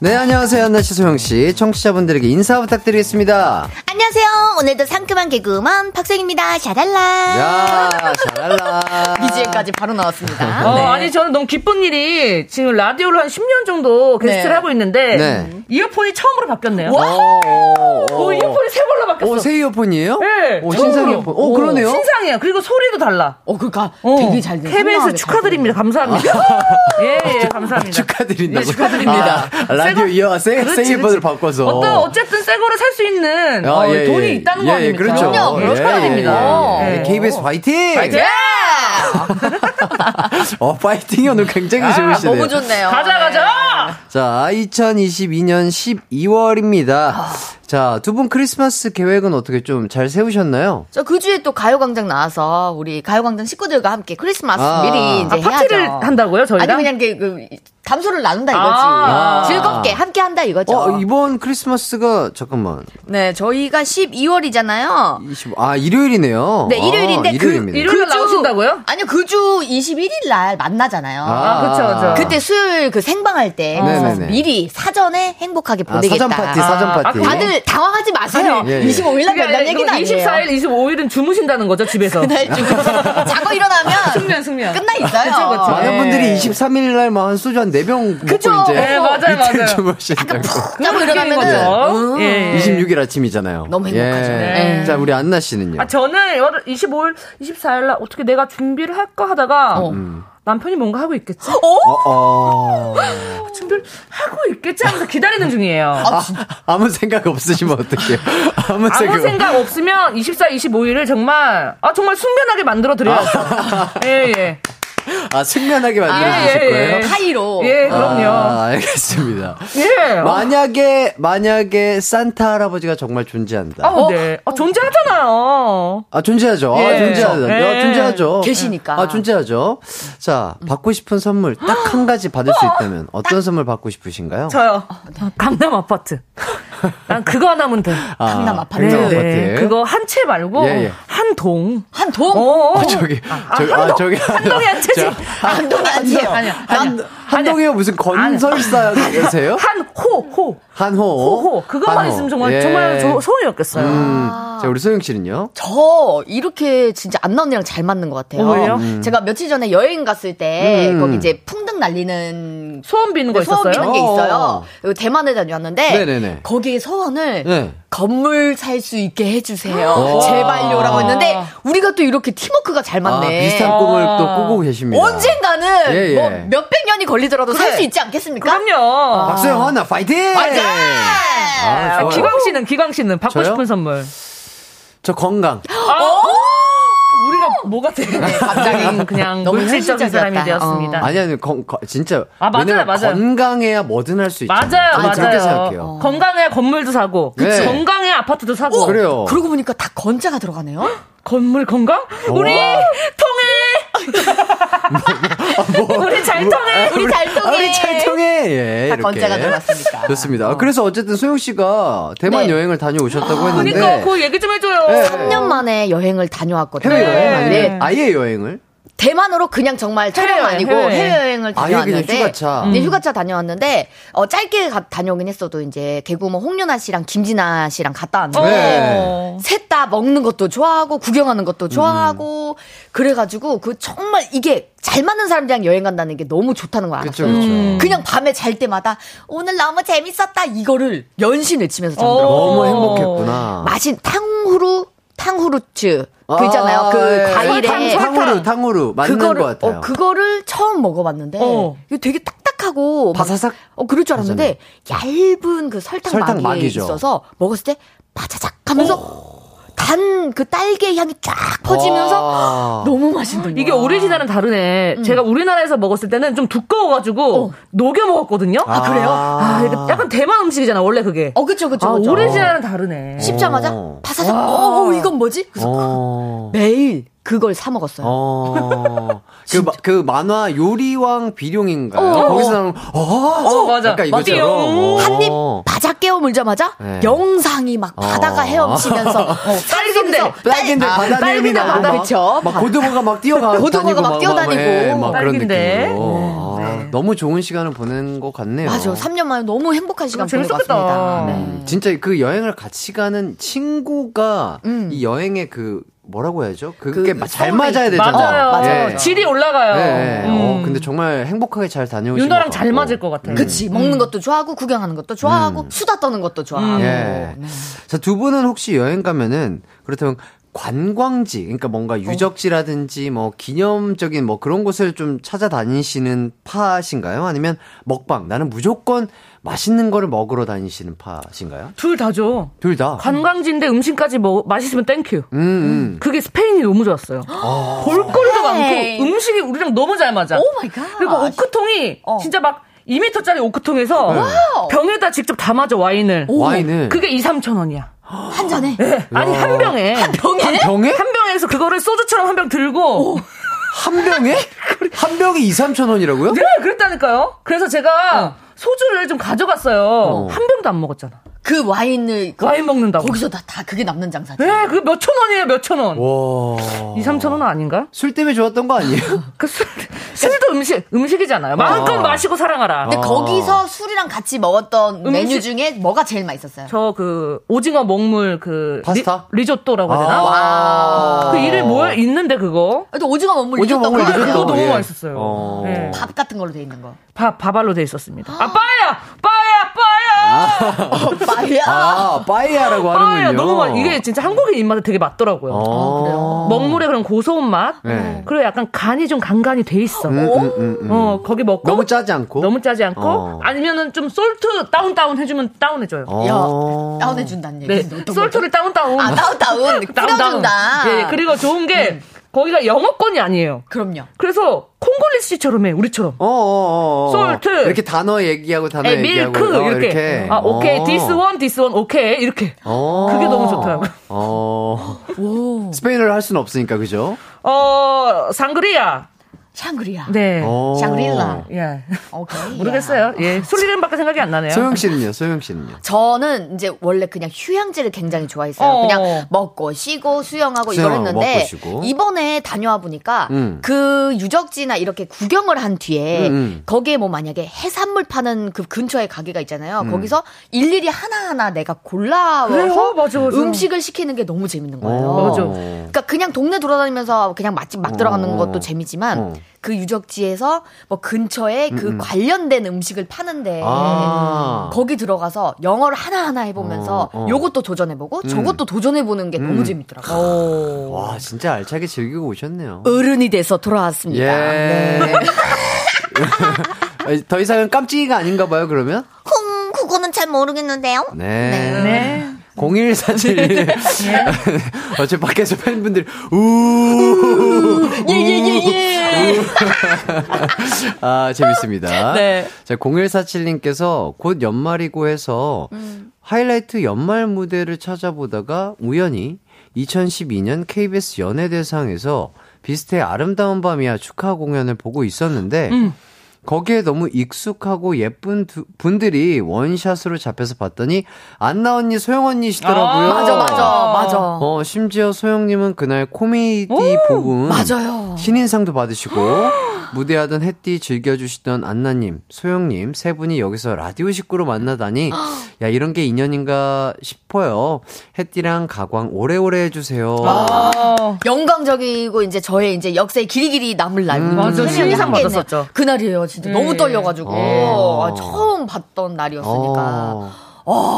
네, 안녕하세요. 한나 씨, 소영 씨. 청취자분들에게 인사 부탁드리겠습니다. 안녕하세요. 오늘도 상큼한 개그우먼 박성입니다. 샤랄라. 야, 잘할라. BGM 멘트까지 바로 나왔습니다. 어, 네. 아니 저는 너무 기쁜 일이 네, 지금 라디오를 한 10년 정도 게스트를 네. 하고 있는데 네. 이어폰이 처음으로 바뀌었네요. 오, 오, 오, 이어폰이 세 걸로 바뀌었어. 오, 어, 새 이어폰이에요? 네, 오, 처음으로. 신상 이어폰. 오, 그러네요. 신상이야. 그리고 소리도 달라. 어, 그니까 어. 되게 잘 됐어요. KBS 축하드립니다. 감사합니다. 예, 예, 감사합니다. 축하드린다고. 예, 축하드립니다. 아, 라디오 새거- 이어, 새, 그렇지, 새 이어폰을 그렇지. 바꿔서. 어떤 어쨌든 새 거를 살 수 있는 아, 어, 예, 돈이 예. 있다는 예, 거 아닙니까? 그렇죠. 그럼요, 그렇죠. 축하드립니다. 예, 예, 예. 예. KBS 파이팅! 예. 파이팅! 예! 어, 파이팅이 오늘 굉장히 아, 좋으시네요. 너무 아, 좋네요. 가자 가자. 자, 2022년 12월입니다. 자, 두 분 크리스마스 계획은 어떻게 좀 잘 세우셨나요? 저 그 주에 또 가요광장 나와서 우리 가요광장 식구들과 함께 크리스마스 아. 미리 이제 아, 파티를 네, 해야죠. 한다고요, 저희가? 아니 그냥 이렇게 그 담소를 나눈다 이거지. 아. 즐겁게 함께 한다 이거죠. 어, 이번 크리스마스가, 잠깐만. 네, 저희가 12월이잖아요. 20, 아, 일요일이네요. 네, 아, 일요일인데 그 일요일입니다. 일요일날 나오신다고요? 아니요, 그 주 21일 날 만나잖아요. 아, 그쵸, 그쵸. 그때 수요일 그 생방할 때 아. 네네네. 미리 사전에 행복하게 아, 보내겠다. 사전 파티, 사전 아, 파티. 다들 당황하지 마세요. 예, 예. 25일 날 그게 만날 아니라 얘기는 이거 24일, 아니에요. 25일은 주무신다는 거죠 집에서. 그날 중 자고 일어나면 숙면, 숙면. 끝나 있어요. 그쵸, 그쵸. 많은 네. 분들이 23일 날 뭐 한 소주 한 4병 그쵸. 먹고 이제 네, 맞아요, 이틀 맞아요. 주무신다고. 자고 그런 일어나면 거죠. 예. 26일 아침이잖아요. 너무 행복하죠. 예. 네. 자, 우리 안나 씨는요? 아 저는 월 25일, 24일 날 어떻게 내가 준비를 할까 하다가 음. 남편이 뭔가 하고 있겠지. 어, 어. 준비를 하고 있겠지 하면서 기다리는 중이에요. 아, 무 생각 없으시면 어떡해요? 아무 생각, 아무 생각 없으면 24, 25일을 정말 아 정말 숙면하게 만들어 드려야죠. 예 예. 아, 숙면하게 만들어주실 예, 예, 거예요? 예. 하이로. 예, 그럼요. 아, 알겠습니다. 예. 어, 만약에, 만약에 산타 할아버지가 정말 존재한다. 아, 네. 아, 존재하잖아요. 아, 존재하죠. 아, 예. 존재하죠. 예. 존재하죠. 계시니까. 아, 존재하죠. 자, 받고 싶은 선물 딱 한 가지 받을 수 있다면 어떤 선물 받고 싶으신가요? 저요. 아, 강남 아파트. 난 그거 하나면 돼. 강남 아파트. 강남 네, 아파트. 그거 한 채 말고 예, 예. 한 동. 한 동? 어, 어. 저기, 아, 저기, 한동, 저기. 한동이 한 채지. 저- 한 동이 아니에요. 아니야. 한, 한동이요 무슨 건설사세요? 한 호, 호. 한호. 호호. 그것만 어? 한호. 있으면 정말, 예. 정말 저, 소원이었겠어요. 아. 음. 자, 우리 소영 씨는요? 저 이렇게 진짜 안나 언니랑 잘 맞는 것 같아요. 어, 네. 왜요? 제가 며칠 전에 여행 갔을 때 음. 거기 이제 풍등 날리는 그 네, 소원 비는 거 소원 있었어요? 비는 게 있어요. 어. 그리고 대만에 다녀왔는데 네네네. 거기에 소원을 네. 건물 살 수 있게 해주세요. 와. 제발요라고 했는데 우리가 또 이렇게 팀워크가 잘 아, 맞네. 어. 비슷한 꿈을 어. 또 꾸고 계십니다. 언젠가는 예, 예. 뭐 몇백 년이 걸리더라도 살 수 있지 않겠습니까? 그럼요. 박소영 하나 파이팅! 맞아! 예. 아, 아, 좋아요. 기광 씨는, 기광 씨는 받고 저요? 싶은 선물. 저 건강. 아, 어? 우리가 뭐가 네, 돼? 갑자기 그냥 너무 물질적인 현실적이었다. 사람이 되었습니다. 아니, 아니, 건, 건- 진짜. 아, 맞아요, 왜냐면 맞아요. 건강해야 뭐든 할 수 있죠. 맞아요, 저는 맞아요. 어. 그렇게 생각해요. 건강해 건물도 사고, 그치. 건강해 아파트도 사고, 그래요. 어, 그러고 보니까 다 건자가 들어가네요. 건물 건강? 우리 통해! 우리 잘 통해! 우리 잘 통해. 어. 아, 우리 잘 통해! 예, 다 이렇게. 건자가 들어갔으니까. 좋습니다. 아, 그래서 어쨌든 소영 씨가 대만 네. 여행을 다녀오셨다고 했는데. 그러니까 그 얘기 좀 해줘요. 네. 3년 만에 여행을 다녀왔거든요. 해외 여행 아니면 네. 아예 여행을? 대만으로 그냥 정말 촬영 해외여행, 아니고 해외여행. 해외 여행을 아예 그냥 다녀왔는데 휴가차. 음. 네, 휴가차 다녀왔는데 어, 짧게 가- 다녀오긴 했어도 이제 개그우먼 홍윤아 씨랑 김진아 씨랑 갔다 왔는데 네. 음. 셋 다 먹는 것도 좋아하고 구경하는 것도 좋아하고 그래가지고 그 정말 이게 잘 맞는 사람들이랑 여행 간다는 게 너무 좋다는 걸 그쵸, 알았어요. 그쵸. 그냥 밤에 잘 때마다 오늘 너무 재밌었다 이거를 연신 외치면서 잠들어. 너무 어. 행복했구나. 맛이 탕후루 탕후루츠 그 아, 있잖아요. 그 예. 과일에 탕후루, 탕후루. 맞는 그거를, 것 같아요. 어, 그거를 처음 먹어봤는데 어. 이거 되게 딱딱하고 막- 바사삭? 어 그럴 줄 알았는데 얇은 그 설탕, 설탕 마기에 막이죠. 있어서 먹었을 때 바자작 하면서 단 그 딸기의 향이 쫙 퍼지면서 와. 너무 맛있는 거야. 음. 이게 오리지널은 다르네. 제가 우리나라에서 먹었을 때는 좀 두꺼워가지고 어. 녹여 먹었거든요. 아, 그래요? 아, 이게 약간 대만 음식이잖아, 원래 그게. 어 그쵸 아, 그쵸 그쵸. 오리지널은 다르네. 씹자마자 어. 바사삭. 어, 어 이건 뭐지? 그래서 어. 매일 그걸 사 먹었어요. 어. 그, 마- 그 만화 요리왕 비룡인가요? 어, 거기서 어. 나오는, 어, 어, 맞아. 약간 이거처럼. 맞아요. 어. 한입 바짝 깨어물자마자 네. 영상이 막 바다가 헤엄치면서 어, 딸기인데. 뭐 딸기인데 바다 내음이 아, 딸기인데 나고 바다. 막, 그쵸. 막 고등어가 막 뛰어가 고등어가 다니고 막 뛰어다니고. 예, 막 그런 딸기인데. 느낌으로. 아, 네. 너무 좋은 시간을 보낸 것 같네요. 맞아. 3년 만에 너무 행복한 시간 보낸 것 어. 재밌었겠다. 같습니다. 네. 음, 진짜 그 여행을 같이 가는 친구가 음. 이 여행의 그 뭐라고 해야죠? 그게 그 마- 잘 서울에 맞아야 있- 되잖아요. 맞아요. 예. 질이 올라가요. 예, 예. 어, 음. 근데 정말 행복하게 잘 다녀오신 윤다랑 것 잘 같고. 맞을 것 같아요. 그치. 먹는 것도 좋아하고, 구경하는 것도 좋아하고, 수다 떠는 것도 좋아하고. 음. 예. 음. 네. 자, 두 분은 혹시 여행 가면은 그렇다면 관광지, 그러니까 어. 뭔가 유적지라든지 뭐 기념적인 뭐 그런 곳을 좀 찾아다니시는 파신가요? 아니면 먹방, 나는 무조건 맛있는 거를 먹으러 다니시는 파신가요? 둘 다죠. 둘 다. 관광지인데 음식까지 먹 맛있으면 땡큐. 음, 음. 그게 스페인이 너무 좋았어요. 아. 볼거리도 스페인. 많고 음식이 우리랑 너무 잘 맞아. 네. 오 마이 갓. 그리고 오크통이 어. 진짜 막 2m짜리 오크통에서 병에다 직접 담아줘 네. 와인을. 와인을 그게 2, 3천 원이야. 네. 한 잔에. 아니 한 병에 한 병에 한 병에? 한 병에서 그거를 소주처럼 한 병 들고 한 병에? 한 병이 2, 3천 원이라고요? 네 그랬다니까요. 그래서 제가 어. 소주를 좀 가져갔어요. 한 병도 안 먹었잖아. 그 와인을, 그- 와인 먹는다고. 거기서 다, 다 그게 남는 장사지. 네, 그게 몇천 원이에요, 몇천 원. 와. 2, 3천 원 아닌가? 술 때문에 좋았던 거 아니에요? 그 술, 술도 음식, 음식이잖아요. 마음껏 어. 마시고 사랑하라. 근데 거기서 술이랑 같이 먹었던 메뉴 중에 뭐가 제일 맛있었어요? 저 그 오징어 먹물 그 파스타? 아. 리, 조또라고 해야 되나? 그 이름 뭐 있는데 그거? 또 오징어 먹물 오징어 익혔던 먹물 거 익혔던 그거 어, 같아요. 너무 예. 맛있었어요. 어. 네. 밥 같은 걸로 돼 있는 거. 밥 밥알로 돼 있었습니다. 아 빠야, 빠야, 빠야, 빠이야. 아, 빠이야라고 빠야. 하는군요. 너무 맛. 이게 진짜 한국인 입맛에 되게 맞더라고요. 어. 아, 그래요? 먹물의 그런 고소한 맛. 네. 그리고 약간 간이 좀 간간이 돼 있어. 음, 음, 음. 어 거기 먹고 너무 짜지 않고. 너무 짜지 않고 어. 아니면은 좀 솔트 다운 다운 해주면 다운해줘요. 어. 다운해준다는 네, 얘기. 솔트를 다운 다운. 아, 다운다운. 뿌려준다. 음. 예, 그리고 좋은 게 거기가 영어권이 아니에요. 그럼요. 그래서 콩골리시처럼 해 우리처럼. 어, 어, 어. 솔트. 이렇게 단어 얘기하고 단어 에 얘기하고. 밀크 어, 이렇게. 아 오케이 디스 원 디스 원 오케이 이렇게. 어. 그게 너무 좋더라고. 어. 스페인어를 할 수는 없으니까 그죠? 어 상그리아. 샹그리아. 네. 어. 샹그릴라. 예. 오케이. 모르겠어요. 예. 술 이름밖에 생각이 안 나네요. 소영 씨는요. 소영 씨는요. 저는 이제 원래 그냥 휴양지를 굉장히 좋아했어요. 어. 그냥 먹고 쉬고 수영하고 이걸 수영하고 먹고 했는데 쉬고. 이번에 다녀와 보니까 음. 그 유적지나 이렇게 구경을 한 뒤에 음, 음. 거기에 뭐 만약에 해산물 파는 그 근처에 가게가 있잖아요. 음. 거기서 일일이 하나하나 내가 그래요? 골라와서 맞아, 맞아. 음식을 시키는 게 너무 재밌는 거예요. 어. 맞아. 그러니까 그냥 동네 돌아다니면서 그냥 맛집 막 들어가는 어. 것도 재미지만 어. 음, 그 유적지에서 뭐 근처에 그 관련된 음식을 파는데 아. 거기 들어가서 영어를 하나하나 해보면서 어, 어. 요것도 음. 도전해보고 저것도 도전해보는 게 너무 재밌더라고요. 와, 진짜 알차게 즐기고 오셨네요. 어른이 돼서 돌아왔습니다. 네. 예. 아니, 더 이상은 깜찍이가 아닌가 봐요, 그러면? 흠, 그거는 잘 모르겠는데요. 네. 네. 예. 0147. 어제 밖에서 팬분들이, 우 예예예예. 아, 재밌습니다. 네. 자, 0147님께서 곧 연말이고 해서 음. 하이라이트 연말 무대를 찾아보다가 우연히 2012년 KBS 연예대상에서 비스트의 아름다운 밤이야 축하 공연을 보고 있었는데 음. 거기에 너무 익숙하고 예쁜 두- 분들이 원샷으로 잡혀서 봤더니 안나 언니, 소영 언니시더라고요. 아, 맞아 맞아 맞아. 어, 심지어 소영님은 그날 코미디 부분 맞아요. 신인상도 받으시고 무대하던 햇띠 즐겨주시던 안나님, 소영님 세 분이 여기서 라디오 식구로 만나다니 야 이런 게 인연인가 싶어요. 햇띠랑 가광 오래오래 해주세요. 어. 영광적이고 이제 저의 이제 역사에 길이길이 남을 날 음. 맞아. 신인상 받았었죠. 그날이에요. 진짜 네. 너무 떨려가지고 어. 아, 처음 봤던 그러니까. 날이었으니까. 어.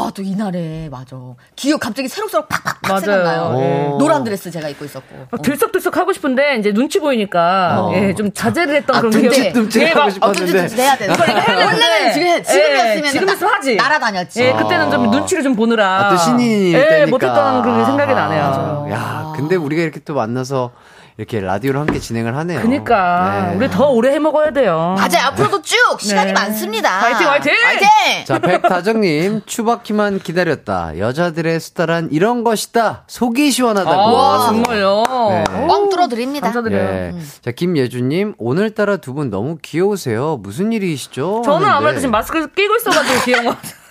아, 또 이날에, 맞아. 기억 갑자기 새록새록 팍팍팍 맞아요. 어. 생각나요. 예. 노란 드레스 제가 입고 있었고. 막 어, 들썩들썩 하고 싶은데 이제 눈치 보이니까 어. 예, 좀 자제를 했던 아, 그런 근데- 기억이 뜸찍 예, 하고 막 어, 싶었는데 좀 내야 돼. 원래는 지금, 지금이었으면. 그러니까 예, 지금이었으면 나- 하지. 날아다녔지. 예, 그때는 좀 눈치를 좀 보느라 아, 또 신인이 예, 때니까 못했던 그 생각이 나네요. 아, 야 근데 우리가 이렇게 또 만나서 이렇게 라디오를 함께 진행을 하네요. 그니까 네. 그러니까 우리 더 오래 해 먹어야 돼요. 맞아요. 앞으로도 쭉 시간이 많습니다. 화이팅, 화이팅! 화이팅! 자, 백다정님, 추바키만 기다렸다. 여자들의 수다란 이런 것이다. 속이 시원하다고. 아, 정말요. 네. 뻥 뚫어드립니다. 감사드려요. 음. 예. 자, 김예준님, 오늘따라 두 분 너무 귀여우세요. 무슨 일이시죠? 저는 하는데. 아무래도 지금 마스크를 끼고 있어가지고 귀여운 것 같아요.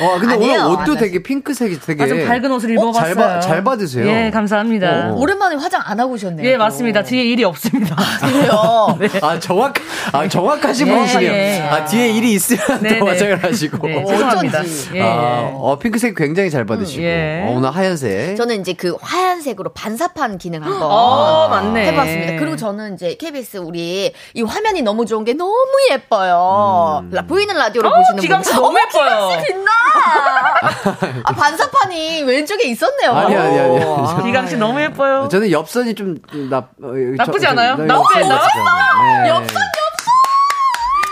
어, 근데 아니에요. 오늘 옷도 맞아요. 되게 핑크색이 되게 아, 좀 밝은 옷을 어, 잘, 입어봤어요. 봐- 잘 받으세요. 예, 감사합니다. 어. 오랜만에 화장 안 하고 오셨네요. 예, 또. 맞습니다. 뒤에 일이 없습니다. 그래요. 아 정확 아 정확하신 예, 분이시네요. 예. 아 뒤에 일이 있으면 네, 또 네. 화장을 하시고. 네, 죄송합니다. 예, 예. 아, 어 핑크색 굉장히 잘 받으시고 예. 어, 오늘 하얀색. 저는 이제 그 하얀색으로 반사판 기능 한번 어, 맞네. 해봤습니다. 그리고 저는 이제 KBS 우리 이 화면이 너무 좋은 게 너무 예뻐요. 라, 보이는 라디오로 보시는 어, 기강 씨 너무 예뻐요. 빛나! 아, 반사판이 왼쪽에 있었네요. 아니 아니 아니. 아니. 기강 씨 너무 예뻐요. 아, 저는 옆선이 좀 나, 어, 나쁘지 저- 않아요? 저- 나쁘지 옆선이 나쁘지 않아요. 않아요? 예.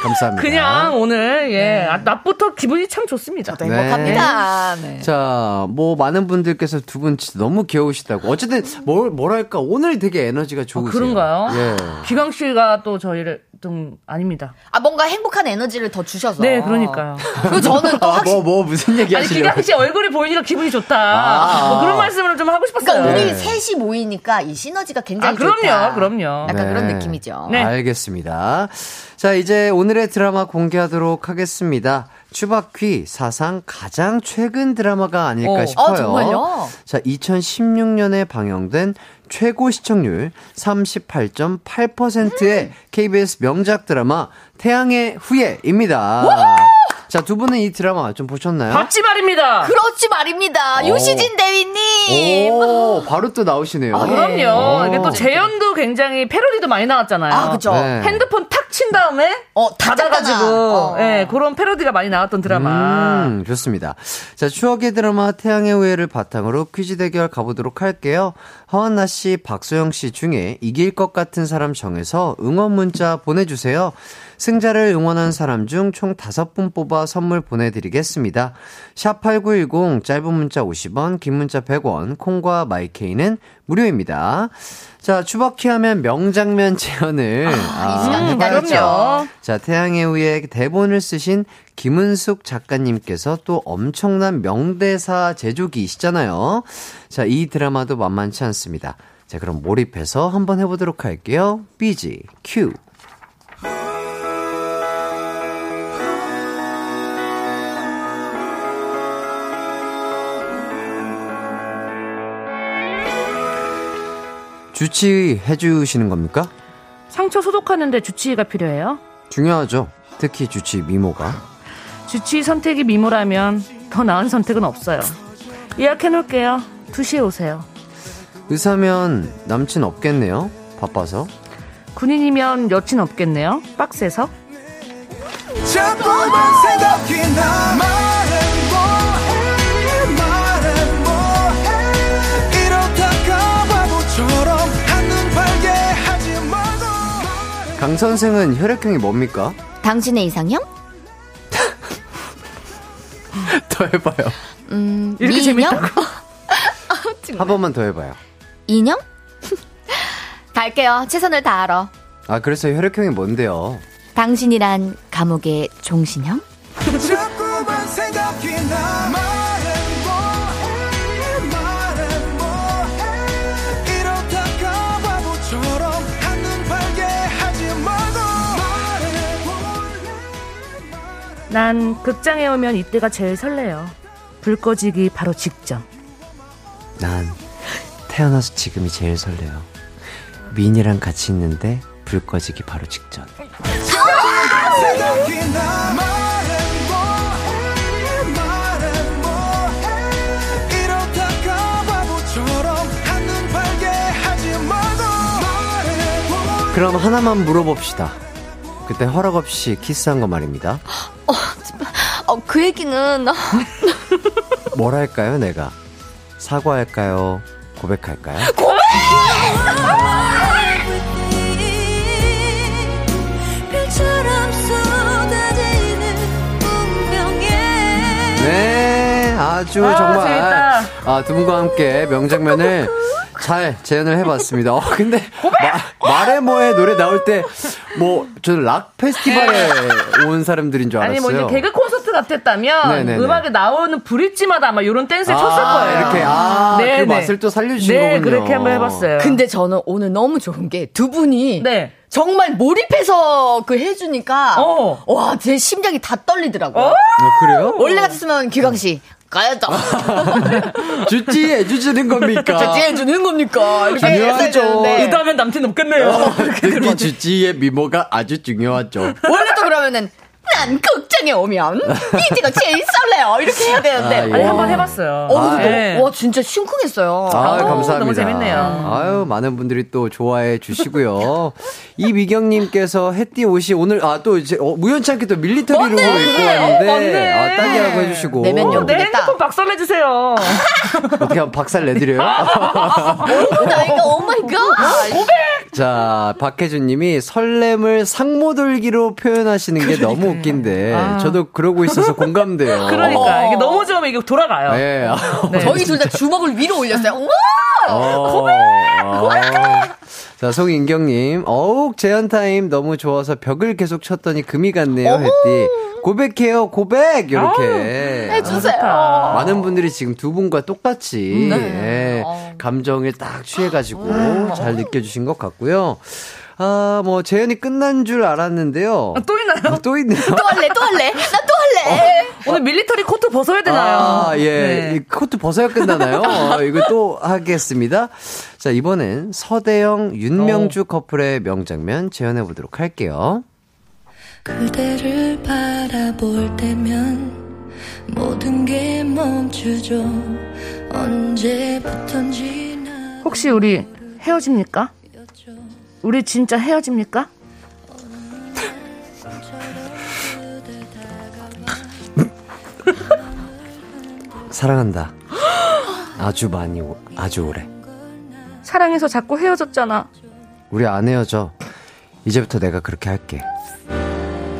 감사합니다. 그냥 오늘 예 아, 낮부터 기분이 참 좋습니다. 네. 행복합니다. 네. 자, 뭐 많은 분들께서 두 분 진짜 너무 귀여우시다고. 어쨌든 뭘 뭐랄까 오늘 되게 에너지가 좋으세요. 아, 그런가요? 예. 기강 씨가 또 저희를 좀 아닙니다. 아, 뭔가 행복한 에너지를 더 주셔서. 네, 그러니까요. 그리고 저는 또 아, 확실히. 뭐, 뭐, 무슨 얘기 아니 하시려고. 기강 씨 얼굴이 보이니까 기분이 좋다. 아. 뭐 그런 말씀을 좀 하고 싶었어요. 그러니까 우리 네. 셋이 모이니까 이 시너지가 굉장히 아 그럼요, 좋다. 그럼요. 약간 그런 네. 느낌이죠. 네. 알겠습니다. 자, 이제 오늘의 드라마 공개하도록 하겠습니다. 추바퀴 사상 가장 최근 드라마가 아닐까 어. 싶어요. 아, 정말요? 자, 2016년에 방영된 최고 시청률 38.8%의 KBS 명작 드라마 태양의 후예입니다. 자, 두 분은 이 드라마 좀 보셨나요? 봤지 말입니다. 그렇지 말입니다. 오. 유시진 대위님. 오, 바로 또 나오시네요. 아, 그럼요. 오. 이게 또 재연도 굉장히 패러디도 많이 나왔잖아요. 아, 그쵸. 네. 핸드폰 탁 친 다음에 어, 다 닫아가지고 짰잖아. 어. 예, 그런 패러디가 많이 나왔던 드라마. 음, 좋습니다. 자, 추억의 드라마 태양의 후예를 바탕으로 퀴즈 대결 가보도록 할게요. 하완나 씨, 박소영 씨 중에 이길 것 같은 사람 정해서 응원 문자 보내주세요. 승자를 응원한 사람 중 총 다섯 분 뽑아 선물 보내드리겠습니다. 샵8910, 짧은 문자 50원, 긴 문자 100원, 콩과 마이케이는 무료입니다. 자, 추바키 하면 명장면 재현을. 아. 아, 이 시간 음, 기다렸죠. 해봐야죠. 자, 태양의 후예 대본을 쓰신 김은숙 작가님께서 또 엄청난 명대사 제조기이시잖아요. 자, 이 드라마도 만만치 않습니다. 자, 그럼 몰입해서 한번 해보도록 할게요. BG, Q. 주치해 주시는 겁니까? 상처 소독하는데 주치의가 필요해요. 중요하죠. 특히 주치 미모가. 주치의 선택이 미모라면 더 나은 선택은 없어요. 예약해 놓을게요. 2시에 오세요. 의사면 남친 없겠네요. 바빠서. 군인이면 여친 없겠네요. 빡세서. 자꾸만 생각이 나 말은 뭐해 말은 뭐해 이러다가 바보처럼 한눈 팔게 하지 말고 강 선생은 혈액형이 뭡니까? 당신의 이상형? 더 해봐요. 음, 이렇게 미인형? 한 번만 더 해봐요. 인형? 갈게요. 최선을 다하러. 아 그래서 혈액형이 뭔데요? 당신이란 감옥의 종신형? 자꾸만 생각이 나 말은 뭐해 말은 뭐해 이러다가 바보처럼 한눈 팔게 하지 말고 말은 뭐해 난 극장에 오면 이때가 제일 설레요. 불 꺼지기 바로 직전. 난 태어나서 지금이 제일 설레요. 민이랑 같이 있는데 불 꺼지기 바로 직전. 생각이 나 말은 뭐해 말은 뭐해 이러다가 바보처럼 한눈 팔게 하지 말고 말은 뭐해 그럼 하나만 물어봅시다. 그때 허락 없이 키스한 거 말입니다. 어, 그 얘기는. 뭘 할까요, 내가? 사과할까요? 고백할까요? 별처럼 쏟아지는 운명에 네, 아주 아, 정말 재밌다. 아, 두 분과 함께 명장면을 잘 재현을 해봤습니다. 어, 근데 마- 말해 뭐해 노래 나올 때 뭐 저는 락 페스티벌에 온 사람들인 줄 알았어요. 아니 뭐 이제 개그 콘서트 댄스 같았다면 네네네. 음악에 나오는 브릿지마다 아마 이런 댄스를 쳤을 아, 거예요. 이렇게 아, 네네. 그 맛을 또 살려주신 네, 거군요. 그렇게 한번 해봤어요. 근데 저는 오늘 너무 좋은 게 두 분이 네. 정말 몰입해서 그 해주니까 어. 와 제 심장이 다 떨리더라고요. 아. 아, 그래요? 원래 같았으면 규강 씨 가야다. 주지 해주시는 겁니까? 제지해 주는 겁니까? 이렇게 했어야 중요하죠. 되는데. 이 다음엔 남친 없겠네요. 특히 주지의 미모가 아주 중요하죠. 원래 또 그러면은 난 극장에 오면 이제가 제일 설레요 이렇게 해야 되는데 아, 예. 아니, 한번 해봤어요. 어, 근데 네. 와 진짜 심쿵했어요. 아, 아우, 감사합니다. 너무 재밌네요. 아유, 많은 분들이 또 좋아해 주시고요. 이미경님께서 햇띠 옷이 오늘, 아, 또 이제, 어, 우연치 않게 또 밀리터리로 입고 왔는데, 어, 맞네. 아, 딱이라고 해주시고. 내면 어, 내 되겠다. 핸드폰 박살내주세요. 어떻게 하면 박살 아. 내드려요? 오 마이 갓, 오 마이 갓. 자, 박혜준 님이 설렘을 상모돌기로 표현하시는 게 너무 웃긴데, 저도 그러고 있어서 공감돼요. 아. 어. 그러니까 이게 너무 좋으면 이게 돌아가요. 예. 네. 저희 둘 다 주먹을 위로 올렸어요. 우와! 고백! 어. 자, 송인경님, 어욱 제한타임 너무 좋아서 벽을 계속 쳤더니 금이 갔네요, 햇띠. 고백해요, 고백! 이렇게. 아, 해주세요. 많은 분들이 지금 두 분과 똑같이 예, 감정을 딱 취해가지고 잘 느껴주신 것 같고요. 아, 뭐, 재연이 끝난 줄 알았는데요. 아, 또 있나요? 또 있네요. 또 할래, 또 할래. 나 또 할래. 오늘 밀리터리 코트 벗어야 되나요? 아, 예. 네. 이 코트 벗어야 끝나나요? 어, 이거 또 하겠습니다. 자, 이번엔 서대영, 어. 윤명주 커플의 명장면 재현해보도록 할게요. 그대를 바라볼 때면 모든 게 멈추죠 언제부턴지 나 혹시 우리 헤어집니까? 우리 진짜 헤어집니까? 사랑한다. 아주 많이, 오- 아주 오래. 사랑해서 자꾸 헤어졌잖아. 우리 안 헤어져. 이제부터 내가 그렇게 할게.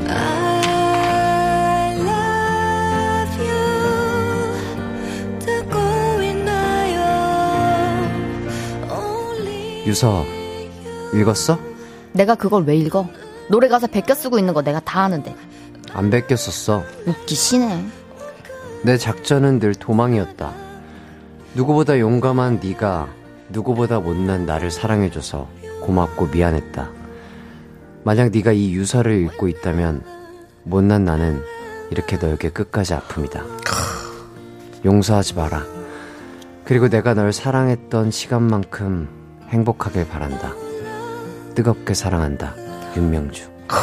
I love you 듣고 있나요 Only 유서, 읽었어? 내가 그걸 왜 읽어? 노래 가사 베껴 쓰고 있는 거 내가 다 아는데. 안 뺏겼었어. 웃기시네. 내 작전은 늘 도망이었다. 누구보다 용감한 네가 누구보다 못난 나를 사랑해줘서 고맙고 미안했다. 만약 네가 이 유서를 읽고 있다면 못난 나는 이렇게 너에게 끝까지 아픔이다. 용서하지 마라. 그리고 내가 널 사랑했던 시간만큼 행복하길 바란다. 뜨겁게 사랑한다. 윤명주. I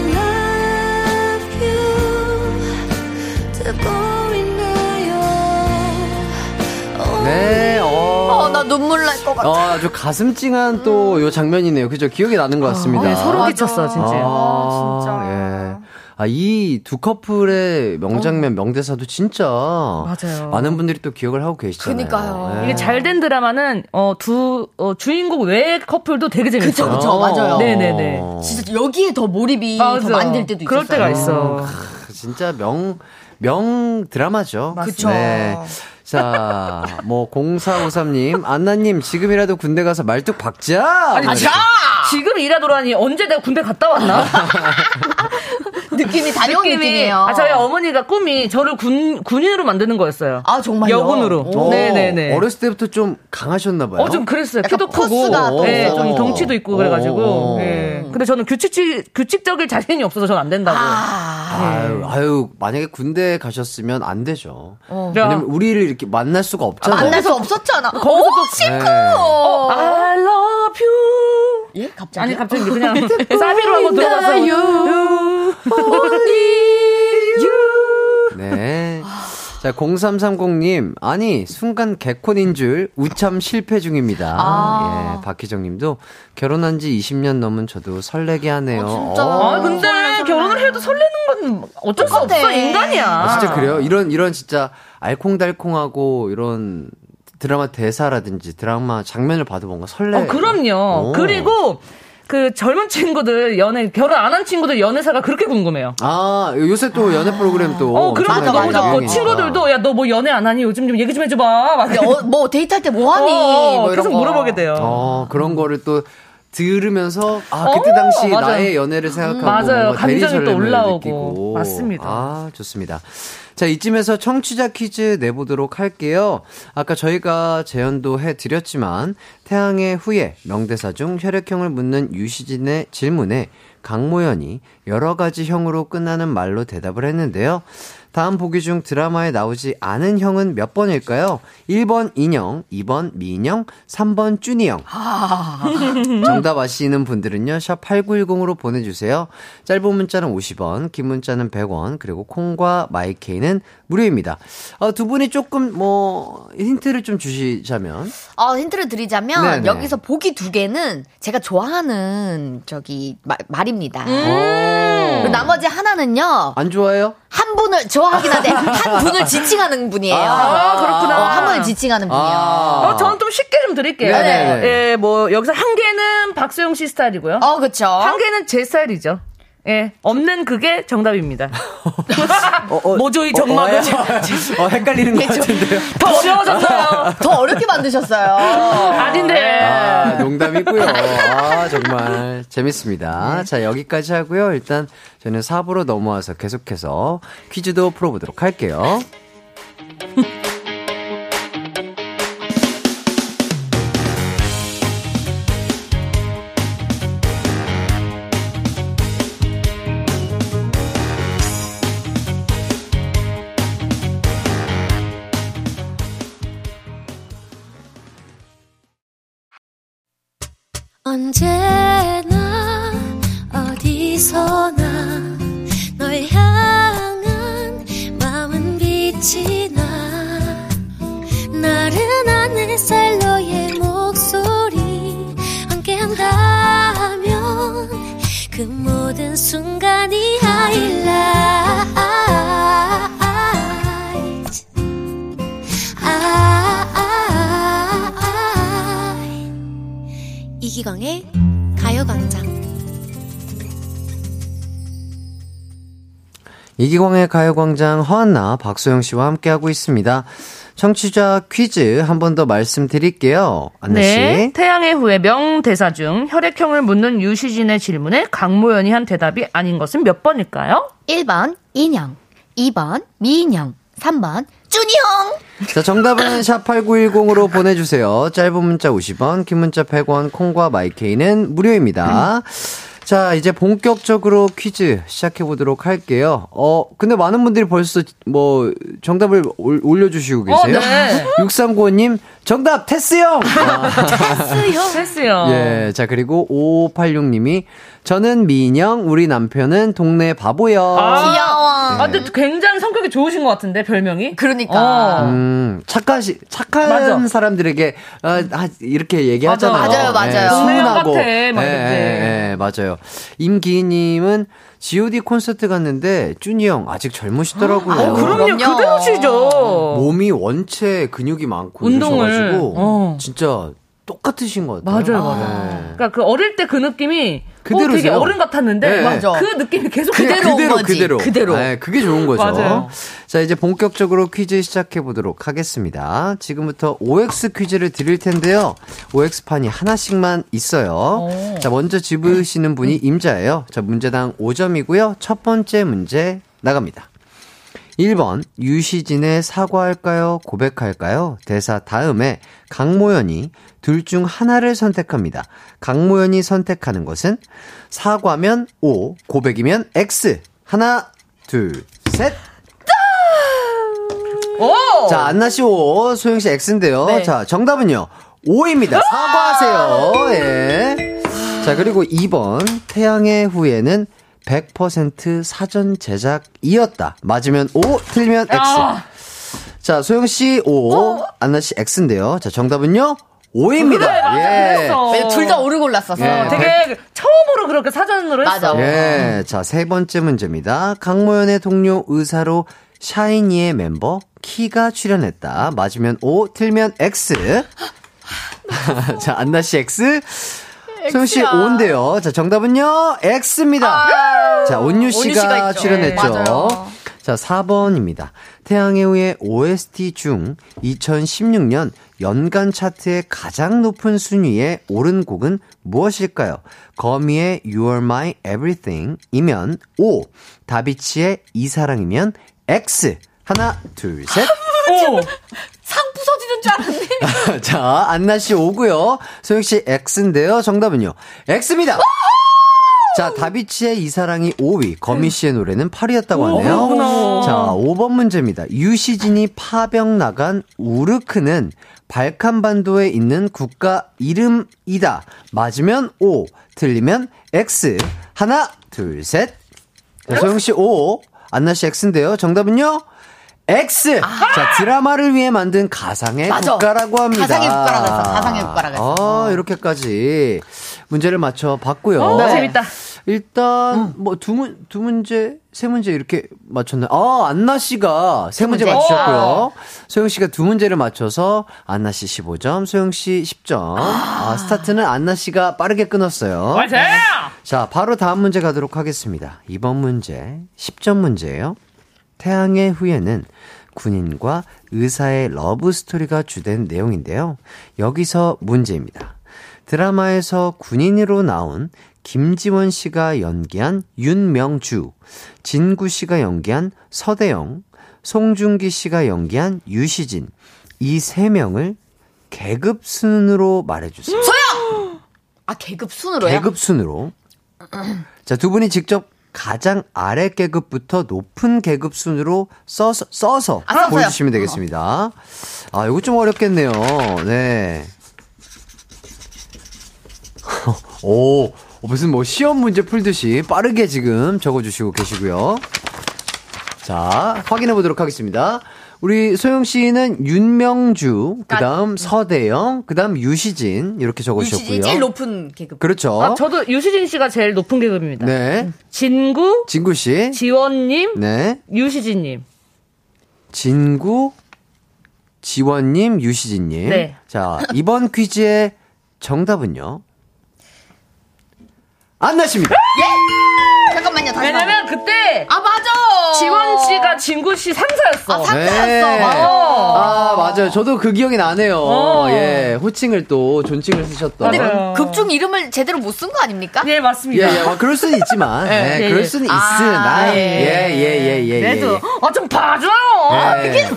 love you 듣고 있나요 네, 어, 나 눈물 날 것 같아. 아, 아주 가슴 찡한 또 요 장면이네요. 그죠? 기억이 나는 것 같습니다. 네, 소름 끼쳤어 진짜. 아, 진짜. 예. 아, 이 두 커플의 어. 명장면, 명대사도 진짜 맞아요. 많은 분들이 또 기억을 하고 계시잖아요. 그러니까요. 예. 이게 잘 된 드라마는 어두 어, 주인공 외 커플도 되게 재밌어요. 그쵸, 그쵸. 맞아요. 네네네. 진짜 여기에 더 몰입이 맞아. 더 만들 때도 있어요. 그럴 때가 있어. 크, 진짜 명, 명 드라마죠. 네. 그쵸. 자, 뭐, 0453님, 안나님, 지금이라도 군대 가서 말뚝 박자! 아니, 자! 지금 일하더라니 언제 내가 군대 갔다 왔나? 느낌이 다녀온 느낌이- 느낌이에요. 아, 저희 어머니가 꿈이 저를 군 군인으로 만드는 거였어요. 아, 정말요? 여군으로. 어, 네네네. 어렸을 때부터 좀 강하셨나봐요. 어, 좀 그랬어요. 약간 키도 크고, 포스가 또 네, 좀 있어서. 덩치도 있고 어, 그래가지고. 어. 예. 근데 저는 규칙 규칙적일 자신이 없어서 전 안 된다고. 아, 아유, 아유, 만약에 군대 가셨으면 안 되죠. 야. 왜냐면 우리를 이렇게 만날 수가 없잖아요. 네. 만날 수 없었잖아. 거기서 또- 어, I love you. 예? 갑자기. 아니 갑자기 그냥 사비로 한번 들어가서 뭐 네. 자, 0330님. 아니, 순간 개콘인 줄 우참 실패 중입니다. 아. 예, 박희정 님도 결혼한 지 20년 넘은 저도 설레게 하네요. 진짜. 어, 아 근데 결혼을 해도 설레는 건 어쩔 수 똑같아. 없어 인간이야. 아, 진짜 그래요? 이런, 이런 진짜 알콩달콩하고 이런 드라마 대사라든지 드라마 장면을 봐도 뭔가 설레. 어 그럼요. 오. 그리고 그 젊은 친구들 연애 결혼 안 한 친구들 연애사가 그렇게 궁금해요. 아, 요새 또 연애 프로그램 또. 어, 그런 거 엄청나게 너무 좋고 유행이니까. 어, 친구들도 야 너 뭐 연애 안 하니 요즘 좀 얘기 좀 해줘봐. 막 근데 어, 뭐 데이트할 때 뭐 하니? 어, 뭐 이런 계속 거. 물어보게 돼요. 어, 그런 거를 또 들으면서 아 그때 당시 어, 맞아요. 나의 연애를 생각하고 맞아요. 뭔가 감정이 또 대리절임을 올라오고. 느끼고. 맞습니다. 아 좋습니다. 자 이쯤에서 청취자 퀴즈 내보도록 할게요. 아까 저희가 재연도 해드렸지만 태양의 후예 명대사 중 혈액형을 묻는 유시진의 질문에 강모연이 여러 가지 형으로 끝나는 말로 대답을 했는데요. 다음 보기 중 드라마에 나오지 않은 형은 몇 번일까요? 1번 인형, 2번 미인형, 3번 쭈니형. 정답 아시는 분들은요, 샵8910으로 보내주세요. 짧은 문자는 50원, 긴 문자는 100원, 그리고 콩과 마이케이는 무료입니다. 어, 두 분이 조금 뭐, 힌트를 좀 주시자면. 어, 힌트를 드리자면 네네. 여기서 보기 두 개는 제가 좋아하는 저기 마- 말입니다. 오. 그리고 나머지 하나는요. 안 좋아요? 한 분을 좋아하긴 한데 한 분을 지칭하는 분이에요. 아, 그렇구나. 어, 한 분을 지칭하는 분이에요. 아. 어, 저는 좀 쉽게 좀 드릴게요. 네네네. 예, 뭐, 여기서 한 개는 박수영 씨 스타일이고요. 어, 그쵸. 한 개는 제 스타일이죠. 예, 없는 그게 정답입니다. 모조이 정막을 어, 헷갈리는 것 같은데요? 더 어려워졌어요. 더 어렵게 만드셨어요. 아닌데. 아, 농담이고요. 아, 정말 재밌습니다. 자, 여기까지 하고요. 일단 저는 4부로 넘어와서 계속해서 퀴즈도 풀어보도록 할게요. 언제나 어디서나 널 향한 마음은 빛이 나 나른한 햇살 너의 목소리 함께한다면 그 모든 순간이 아, 하이라이트 아, 하이라이트 이기광의 가요광장. 이기광의 가요광장 허한나 박소영 씨와 함께하고 있습니다. 청취자 퀴즈 한 번 더 말씀드릴게요. 안나 씨. 네. 태양의 후예 명대사 중 혈액형을 묻는 유시진의 질문에 강모연이 한 대답이 아닌 것은 몇 번일까요? 1번 인형, 2번 미인형, 3번 쭈니형. 자, 정답은 샵8910으로 보내주세요. 짧은 문자 50원, 긴 문자 100원, 콩과 마이케이는 무료입니다. 자, 이제 본격적으로 퀴즈 시작해보도록 할게요. 어, 근데 많은 분들이 벌써 뭐, 정답을 올- 올려주시고 계세요. 어, 네. 6395님, 정답, 테스형! 했어요. 예, 자, 그리고 5586님이, 저는 미인형, 우리 남편은 동네 바보형. 아, 아, 근데 굉장히 성격이 좋으신 것 같은데, 별명이? 그러니까. 어. 음, 착하시, 착한 맞아. 사람들에게, 아, 아, 이렇게 얘기하잖아요. 맞아요, 맞아요. 예, 순하고. 동네형 같아, 막 예, 이렇게. 예, 예, 맞아요. 임기희님은 GOD 콘서트 갔는데, 준이 형, 아직 젊으시더라고요. 어, 그럼요. 그럼요. 그대로시죠. 몸이 원체 근육이 많고, 운동을. 이러셔가지고, 어. 진짜 똑같으신 것 같아요. 맞아요, 맞아요. 예. 그러니까 그 어릴 때 그 느낌이 어, 되게 그대로세요. 어른 같았는데 네. 맞아. 그 느낌이 계속 그냥 그대로. 그대로인 거지. 그대로. 그대로. 네, 그게 좋은 거죠. 맞아요. 자, 이제 본격적으로 퀴즈 시작해 보도록 하겠습니다. 지금부터 OX 퀴즈를 드릴 텐데요. OX 판이 하나씩만 있어요. 자, 먼저 집으시는 분이 임자예요. 자, 문제당 5점이고요. 첫 번째 문제 나갑니다. 1번 유시진의 사과할까요? 고백할까요? 대사 다음에 강모연이 둘 중 하나를 선택합니다. 강모연이 선택하는 것은 사과면 O, 고백이면 X. 하나, 둘, 셋. 오! 자, 안나 씨 O, 소영 씨 X인데요. 자, 정답은요. O입니다. 사과하세요. 예. 자, 그리고 2번 태양의 후예는 100% 사전 제작이었다. 맞으면 O, 틀리면 X. 아. 어? 자, 소영 씨 O, 안나 씨 X인데요. 자, 정답은요. O입니다. 그래, 맞아, 그랬어. 둘 다 오르고 올랐었어. 예. 되게 처음으로 그렇게 사전으로 맞아. 했어. 예. 자, 세 번째 문제입니다. 강모연의 동료 의사로 샤이니의 멤버 키가 출연했다. 맞으면 O, 틀면 X. 자, 안나 씨 X. 소영 씨 O인데요. 자, 정답은요. X입니다. 자, 온유 씨가 아. 씨가 있죠. 출연했죠. 네, 맞아요. 자, 4번입니다. 태양의 후예 OST 중 2016년 연간 차트의 가장 높은 순위에 오른 곡은 무엇일까요? 거미의 You Are My Everything이면 O, 다비치의 이 사랑이면 X. 하나, 둘, 셋. 상 부서지는 줄 알았네. 자, 안나 씨 오고요. 소영 씨 X인데요. 정답은요. X입니다. 자, 다비치의 이 사랑이 5위, 거미 씨의 노래는 8위였다고 하네요. 자, 5번 문제입니다. 유시진이 파병 나간 우르크는 발칸반도에 있는 국가 이름이다. 맞으면 O, 틀리면 X. 하나, 둘, 셋. 자, 소영 씨 O, 안나 씨 X인데요. 정답은요? X. 자, 드라마를 위해 만든 가상의 아. 맞아. 국가라고 합니다. 가상의 국가라고 했어. 가상의 국가라고 했어. 아, 이렇게까지 문제를 맞춰 봤고요. 네. 재밌다. 일단 뭐두문두 문제, 세 문제 이렇게 맞췄나요? 아, 안나 씨가 세 문제 어. 문제. 맞추셨고요. 소영 씨가 두 문제를 맞춰서 안나 씨 15점, 소영 씨 10점. 아, 스타트는 안나 씨가 빠르게 끊었어요. 화이팅! 자, 바로 다음 문제 가도록 하겠습니다. 이번 문제 10점 문제예요. 태양의 후예는 군인과 의사의 러브 스토리가 주된 내용인데요. 여기서 문제입니다. 드라마에서 군인으로 나온 김지원 씨가 연기한 윤명주, 진구 씨가 연기한 서대영, 송중기 씨가 연기한 유시진 이 세 명을 계급 순으로 말해주세요. 아 계급 순으로요? 계급 순으로. 자, 두 분이 직접 가장 아래 계급부터 높은 계급 순으로 써서, 써서 아, 써서요. 보여주시면 되겠습니다. 아, 이거 좀 어렵겠네요. 네. 오, 무슨 뭐 시험 문제 풀듯이 빠르게 지금 적어주시고 계시고요. 자, 확인해 보도록 하겠습니다. 우리 소영 씨는 윤명주, 그 다음 서대영, 그 다음 유시진, 이렇게 적어주셨고요. 아, 네. 유시진 제일 높은 계급. 그렇죠. 아, 저도 유시진 씨가 제일 높은 계급입니다. 네. 진구, 진구 씨. 지원님, 네. 유시진님. 진구, 지원님, 유시진님. 네. 자, 이번 퀴즈의 정답은요. 안나 씨입니다. 잠깐만요. 다시 왜냐면 그때 봐. 아 맞아. 지원 씨가 진구 씨 상사였어. 아, 상대였어. 네. 아, 맞아요. 저도 그 기억이 나네요. 예. 호칭을 또 존칭을 쓰셨던. 근데 그- 맞아요. 극중 이름을 제대로 못 쓴 거 아닙니까? 네, 예, 맞습니다. 예. 뭐 그럴 수는 있지만. 예, 예, 그럴 예. 수는 있으나. 아, 예, 예, 예, 예. 그래도, 예. 아, 좀 봐줘요! 예.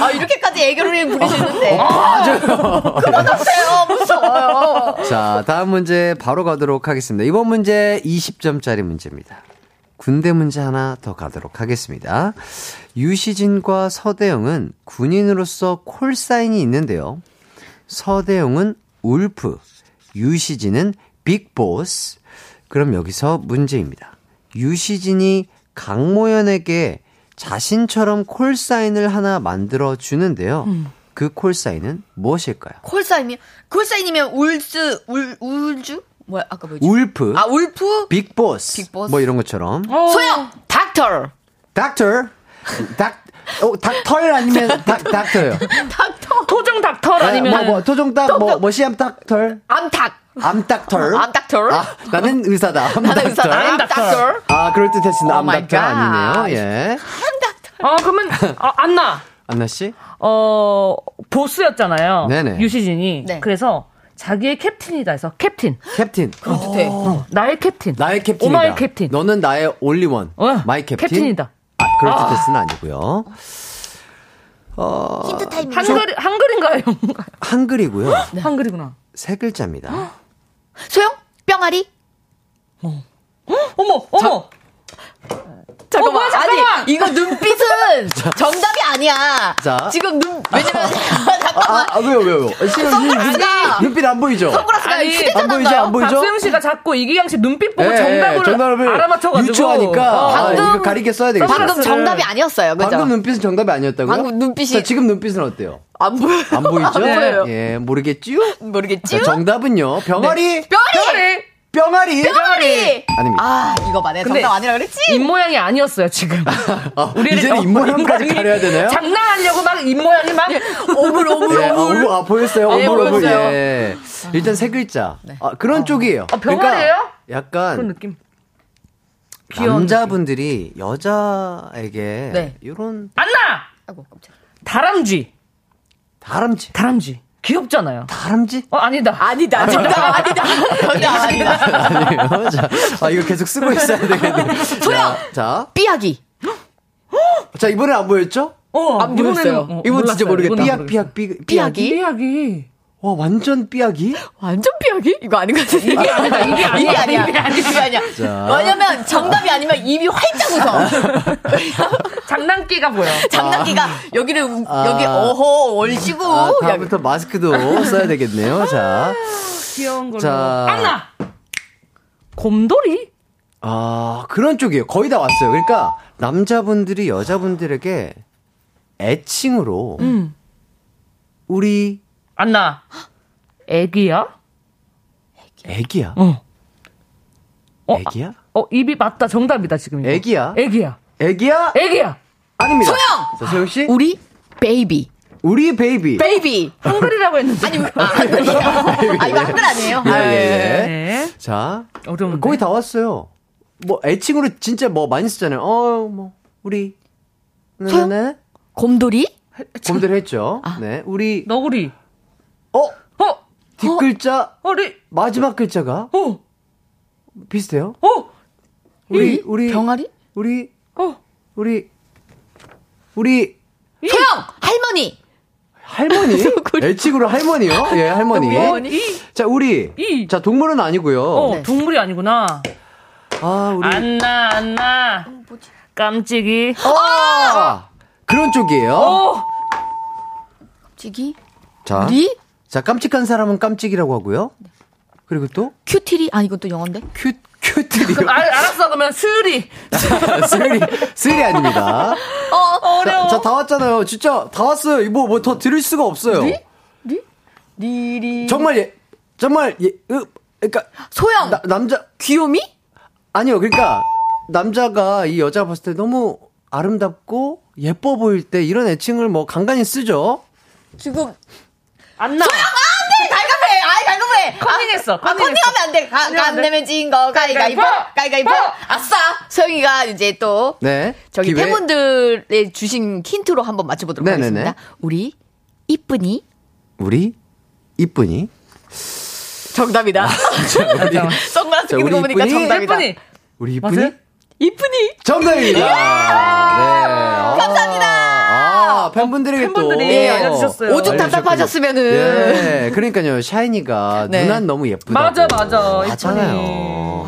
아 이렇게까지 애교를 어, 부리시는데. 자, 다음 문제 바로 가도록 하겠습니다. 이번 문제 20점짜리 문제입니다. 군대 문제 하나 더 가도록 하겠습니다. 유시진과 서대영은 군인으로서 콜사인이 있는데요. 서대영은 울프, 유시진은 빅보스. 그럼 여기서 문제입니다. 유시진이 강모연에게 자신처럼 콜사인을 하나 만들어 주는데요. 음. 그 콜사인은 무엇일까요? 콜사인이요? 콜사인이면 울스 울 울주? 뭐야 아까 뭐였지? 울프. 아 울프? 빅보스. 빅보스. 뭐 이런 것처럼. 소영 닥터. 닥터. 닥, 어, 닥털 아니면 닥, 닥터요. 토종 닥터 아니면. 예. 뭐, 뭐, 토종닥, 뭐, 뭐, 시암 닥털. 암탁. 암닥털. 암닥터. 아, 나는 의사다. 나는 의사. 암닥털. 암닥터. 아, 그럴 듯 했습니다. Oh my 암닥터 God. 아니네요. 예. 아, 그러면, 아, 안나. 안나씨? 어, 보스였잖아요. 네네. 유시진이. 네. 그래서 자기의 캡틴이다 해서 캡틴. 캡틴. 그렇듯해. 나의 캡틴. 나의 캡틴이다. 오마이 캡틴. 너는 나의 올리원. 어, 마이 캡틴. 캡틴이다. 아, 그럴 듯 했은 아니고요. 힌트 타임. 한글, 한글인가요? 영어인가요? 한글이고요. 한글이구나. 세 글자입니다. 소영 뿅아리. 어머, 어머! 어, 잠깐만. 뭐야, 잠깐만. 아니 이거 눈빛은 정답이 아니야. 자. 지금 눈 왜냐면 아, 잠깐만. 아, 왜요, 왜요, 왜요? 지금 선글라스가 눈빛 안 보이죠? 선글라스가 아니, 안 보이죠? 안 휴대전화인가요? 보이죠? 박수영 씨가 자꾸 이기양 씨 눈빛 보고 예, 정답을, 예, 정답을 알아맞혀가지고. 유추하니까 어. 아, 방금- 이거 가리게 써야 되겠죠. 방금 선글라스를- 정답이 아니었어요. 그죠? 방금 눈빛은 정답이 아니었다고요? 방금 눈빛이- 자, 지금 눈빛은 어때요? 안 보여요. 안 보이죠? 보여요. 예, 모르겠지요? 모르겠지? 자, 아, 정답은요. 병아리, 뿅아리. 병아리, 뿅아리. 아닙니다. 아 이거 만에 근데 정답 아니라 그랬지? 입모양이 아니었어요, 지금. 아, 이제는 어, 입모양까지 입모양이 가려야 되나요? 장난하려고 막 입모양이 막. 오물 오물 예, 어물, 아, 보였어요? 예, 어물, 어물, 보였어요. 예. 일단 세 글자. 아, 그런 쪽이에요. 아, 병아리예요? 약간, 그런 느낌. 귀여운 남자분들이 여자에게 네. 이런 안나 아이고 깜짝이야. 다람쥐 다람쥐, 다람쥐 귀엽잖아요. 다람쥐? 어 아니다. 아니다 정답 아니다 정답 아니다 아니에요. 자, 아, 이거 계속 쓰고 있어야 되겠네. 소영! 자, 자, 삐약이 자, 이번에 안 보였죠? 어 안 모르겠어요. 이번에는- 어, 이분 진짜 몰랐어요. 모르겠다. 이건 안 삐약, 모르겠어요. 삐약, 삐, 삐약이? 삐약이 삐약이 와, 완전 삐약이? 완전 삐약이 이거 아닌 것 같은데 이게 아니다 이게 아니야. 아니야 이게 아니야 이게 아니야 왜냐면 정답이 아니면 입이 활짝 웃어 장난기가 보여. 장난기가 여기를 우- 아. 여기 어허 월시고 아, 여기 다음부터 마스크도 써야 되겠네요. 자, 귀여운 걸로. 자. 안나 곰돌이 아, 그런 쪽이에요. 거의 다 왔어요. 그러니까, 남자분들이 여자분들에게 애칭으로, 음. 우리 안나 애기야? 애기야? 어. 어, 애기야? 어 입이 맞다 정답이다 지금. 이거. 애기야? 애기야. 애기야? 애기야. 아닙니다. 소영! 자, 소영씨? 우리 베이비 우리 베이비. 베이비 한글이라고 했는데. 아니 아, 한글이야. 아, 이거 한글 아니에요? 예, 아, 예, 예. 네. 자, 어려운데. 거의 다 왔어요. 뭐 애칭으로 진짜 뭐 많이 쓰잖아요. 어, 뭐 우리 소영? 네네 곰돌이? 곰들 했죠. 네, 우리 너구리. 어 어 뒷글자 어리 마지막 글자가 어 비슷해요. 어. 우리 우리 병아리? 우리 어. 우리 우리 소영! 할머니! 할머니 애칭으로 할머니요. 예, 할머니. 자, 우리 이. 자 동물은 아니고요. 네. 어 동물이 아니구나. 아, 우리 안나 안나 깜찍이 아! 그런 쪽이에요. 어. 찌기? 자, 우리? 자 깜찍한 사람은 깜찍이라고 하고요. 그리고 또 큐티리? 아, 이것도 영어인데? 큐, 큐트리요. 아, 알, 알았어 그러면 수리 쓰리, 쓰리 아닙니다. 어, 자, 자, 다 왔잖아요. 진짜 다 왔어요. 이거 뭐 더 들을 수가 없어요. 리리. 정말 예, 정말 예, 으, 그러니까 소영! 나- 남자 귀요미? 아니요. 그러니까 남자가 이 여자 봤을 때 너무 아름답고 예뻐 보일 때 이런 애칭을 뭐 간간히 쓰죠. 지금. 안나 네, 갈급해! 아이, 갈급해! 컨닝했어, 아, 컨닝했어. 컨닝하면 안 돼. 가, 컨닝하면 안 돼. 간내면 진거 가위가위보! 가위가위보! 가위가위보! 아싸! 소영이가 이제 또. 네. 저기 기회. 팬분들의 주신 힌트로 한번 맞춰보도록 네네네. 하겠습니다. 우리, 이쁘니? 우리 이쁘니? 아, 정답이다. 선글라스 자, 끼는 거 우리 보니까 이쁜이? 정답이다. 예쁜이 우리 이쁘니? 맞아요? 이쁘니? 정답입니다. 네. 감사합니다. 아, 팬분들에게 또 팬분들이 예. 알려주셨어요. 오죽 답답하셨으면은. 예, 그러니까요. 샤이니가 네. 누난 너무 예쁘다. 맞아, 맞아. 맞잖아요.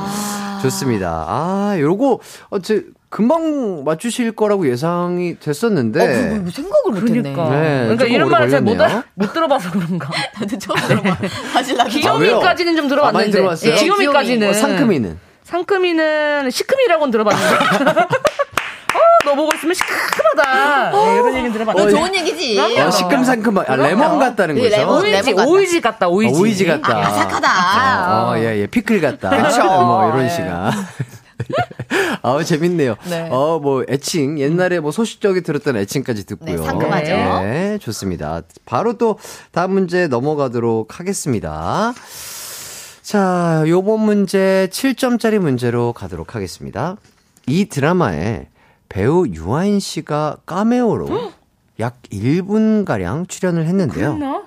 좋습니다. 아, 요거 어, 제 금방 맞추실 거라고 예상이 어, 그거 됐었는데. 이거 생각을 못했네. 그러니까 네, 그러니까 조금 이런 말을 오래 잘 못 걸렸네요. 못 들어봐서 그런가 나도 처음 뭐 들어봐. 사실 나도 아, 처음 왜요? 귀요미까지는 좀 아, 많이 들어봤는데 들어봤어요? 귀요미까지는 어, 상큼이는. 상큼이는 시큼이라고는 들어봤는데 어너 보고 있으면 시큼하다 네, 이런 얘기는 들어봤는데 어, 좋은 얘기지. 어, 시큼상큼한, 아, 레몬 같다는 예, 거죠? 레몬, 레몬. 오이지 오이지 같다 같다. 뭐 오이지 어, 오이지 같다. 아삭하다. 어, 예, 예, 피클 같다. 그렇죠. 뭐, 이런 예. 시간. 아우, 재밌네요. 네. 어, 뭐, 애칭. 옛날에 뭐, 소식적이 들었던 애칭까지 듣고요. 네, 상큼하죠. 네, 좋습니다. 바로 또, 다음 문제 넘어가도록 하겠습니다. 자, 요번 문제 7점짜리 문제로 가도록 하겠습니다. 이 드라마에 배우 유아인 씨가 까메오로 약 1분가량 출연을 했는데요.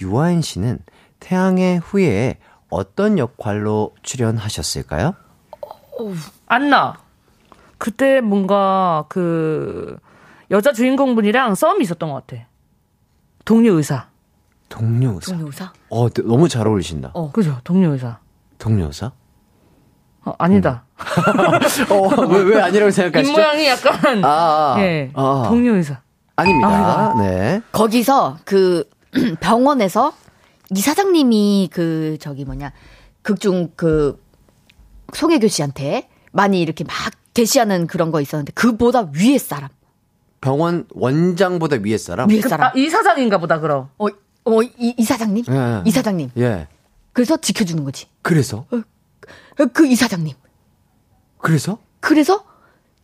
유아인 씨는 태양의 후예에 어떤 역할로 출연하셨을까요? 안나 그때 뭔가 그 여자 주인공분이랑 싸움이 있었던 것 같아 동료 의사 동료 의사. 동료사? 어, 네, 너무 잘 어울리신다. 어 그죠 동료 의사 동료 의사? 어, 아니다 어, 왜, 왜 아니라고 생각하시죠? 입모양이 약간 아, 아, 예 아, 동료 의사 닙니다 아, 네. 거기서 그 병원에서 이사장님이 그 저기 뭐냐 극중 그 송혜교 씨한테 많이 이렇게 막 대시하는 그런 거 있었는데 그보다 위에 사람 병원 원장보다 위에 사람? 위에 그, 사람 아, 이사장인가 보다 그럼 어, 어, 이, 이사장님? 예. 이사장님. 예. 그래서 지켜주는 거지. 그래서? 그 이사장님. 그래서? 그래서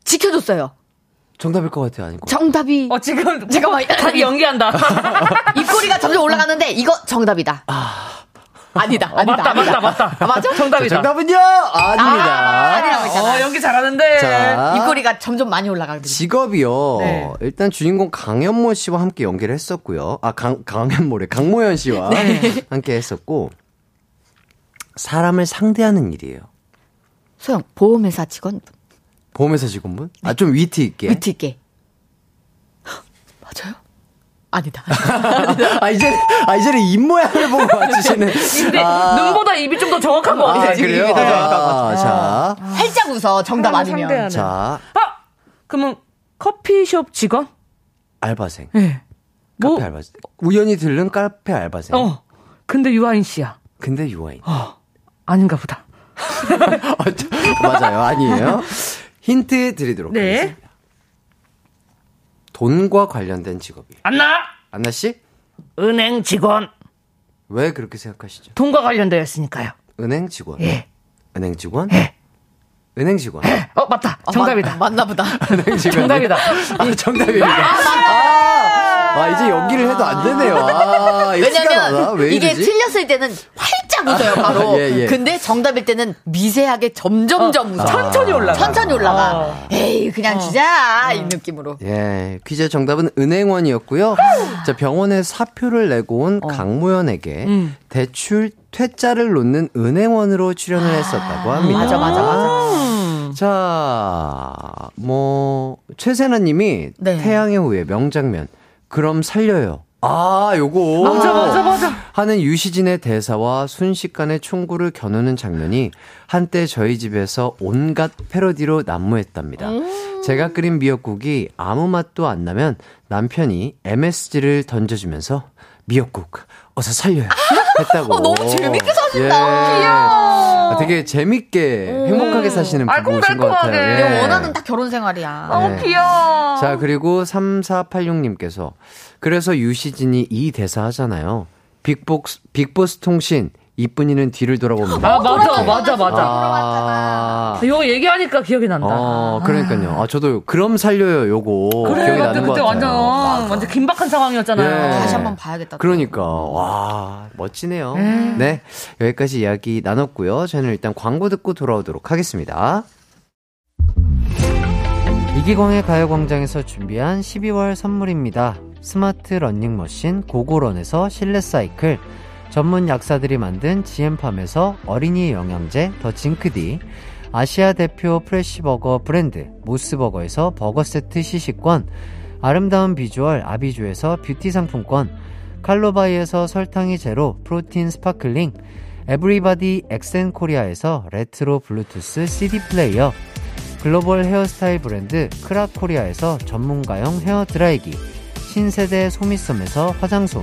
지켜줬어요. 정답일 것 같아요, 아니고. 정답이. 어 지금 잠깐만. 답이 연기한다 입꼬리가 점점 올라가는데 이거 정답이다. 아니다. 아. 어, 아니다. 맞다, 맞다, 맞다. 아, 맞아? 정답이다. 정답은요? 아닙니다. 어, 연기 잘하는데. 자, 입꼬리가 점점 많이 올라가고 있어. 직업이요. 네. 일단 주인공 강현모 씨와 함께 연기를 했었고요. 아, 강, 강현모래. 강모현 씨와 네. 함께 했었고, 사람을 상대하는 일이에요. 소영 보험회사 직원 보험회사 직원분? 아, 네. 좀 위트 있게. 위트 있게. 헉, 맞아요? 아니다. 아, 이제, 아, 이제는 입모양을 보고 맞추시는. 근데 눈보다 네. 입이 좀 더 정확한 것 아. 같아. 아, 지금 그래요? 입이 더 정확한 것 네. 같아. 아, 자, 살짝 웃어. 정답 사람 아니면. 상대하는. 자, 아! 그러면 커피숍 직원? 알바생. 예. 네. 뭐? 카페 알바생. 우연히 들른 카페 알바생. 어. 근데 유아인 씨야. 근데 유아인. 아닌가 보다. 어, 저- 맞아요. 아니에요. 힌트 드리도록 네. 하겠습니다. 돈과 관련된 직업이에요. 안나! 안나 씨, 은행 직원. 왜 그렇게 생각하시죠? 돈과 관련되어 있으니까요. 은행 직원. 예. 은행 직원? 은행 직원. 어, 맞다. 정답이다. 네, 맞, 나 보다. 은행 직원. 정답이다. 아, 정답입니다. 아, 아, 이제 연기를 해도 안 되네요. 아, 이거 티가 나나? 왜냐면 왜 이게 이러지? 틀렸을 때는 활짝 웃어요, 아, 바로. 예, 예. 근데 정답일 때는 미세하게 점점점 웃어. 아, 천천히 올라가. 아. 어. 천천히 올라가. 에이, 그냥 주자. 이 느낌으로. 예, 퀴즈 정답은 은행원이었고요. 자, 병원에 사표를 내고 온 어. 강모연에게 음. 대출 퇴짜를 놓는 은행원으로 출연을 했었다고 합니다. 아, 맞아, 맞아, 맞아. 자, 뭐 최세나 님이 네. 태양의 후예 명장면 그럼 살려요. 아, 요거. 맞아, 맞아, 맞아. 하는 유시진의 대사와 순식간에 총구를 겨누는 장면이 한때 저희 집에서 온갖 패러디로 난무했답니다. 제가 끓인 미역국이 아무 맛도 안 나면 남편이 MSG를 던져주면서 미역국 어서 살려요 했다고. 어, 너무 재밌게 사신다. 귀여워. 되게 재밌게 행복하게 사시는 부부신 것 같아요. 알콩달콩하게. 예. 내가 원하는 딱 결혼 생활이야. 예. 네. 귀여워. 자, 그리고 3486님께서 그래서 유시진이 이 대사 하잖아요. 빅보스, 빅보스 통신, 이쁜이는 뒤를 어, 돌아봅니다. 아, 맞아, 맞아, 맞아. 아, 이거 얘기하니까 기억이 난다. 어, 그러니까요. 아, 저도 그럼 살려요, 요거. 기억이 그래, 나는 그때, 것 그때 같아요. 완전, 완전 긴박한 상황이었잖아요. 예. 다시 한번 봐야겠다. 그러니까, 와, 멋지네요. 네. 여기까지 이야기 나눴고요. 저는 일단 광고 듣고 돌아오도록 하겠습니다. 이기광의 가요광장에서 준비한 12월 선물입니다. 스마트 러닝머신 고고런에서 실내 사이클, 전문 약사들이 만든 지엠팜에서 어린이 영양제 더 징크디, 아시아 대표 프레시버거 브랜드 모스버거에서 버거 세트 시식권, 아름다운 비주얼 아비주에서 뷰티 상품권, 칼로바이에서 설탕이 제로 프로틴 스파클링, 에브리바디 엑센 코리아에서 레트로 블루투스 CD 플레이어, 글로벌 헤어스타일 브랜드 크라코리아에서 전문가용 헤어 드라이기, 신세대 소미섬에서 화장솜,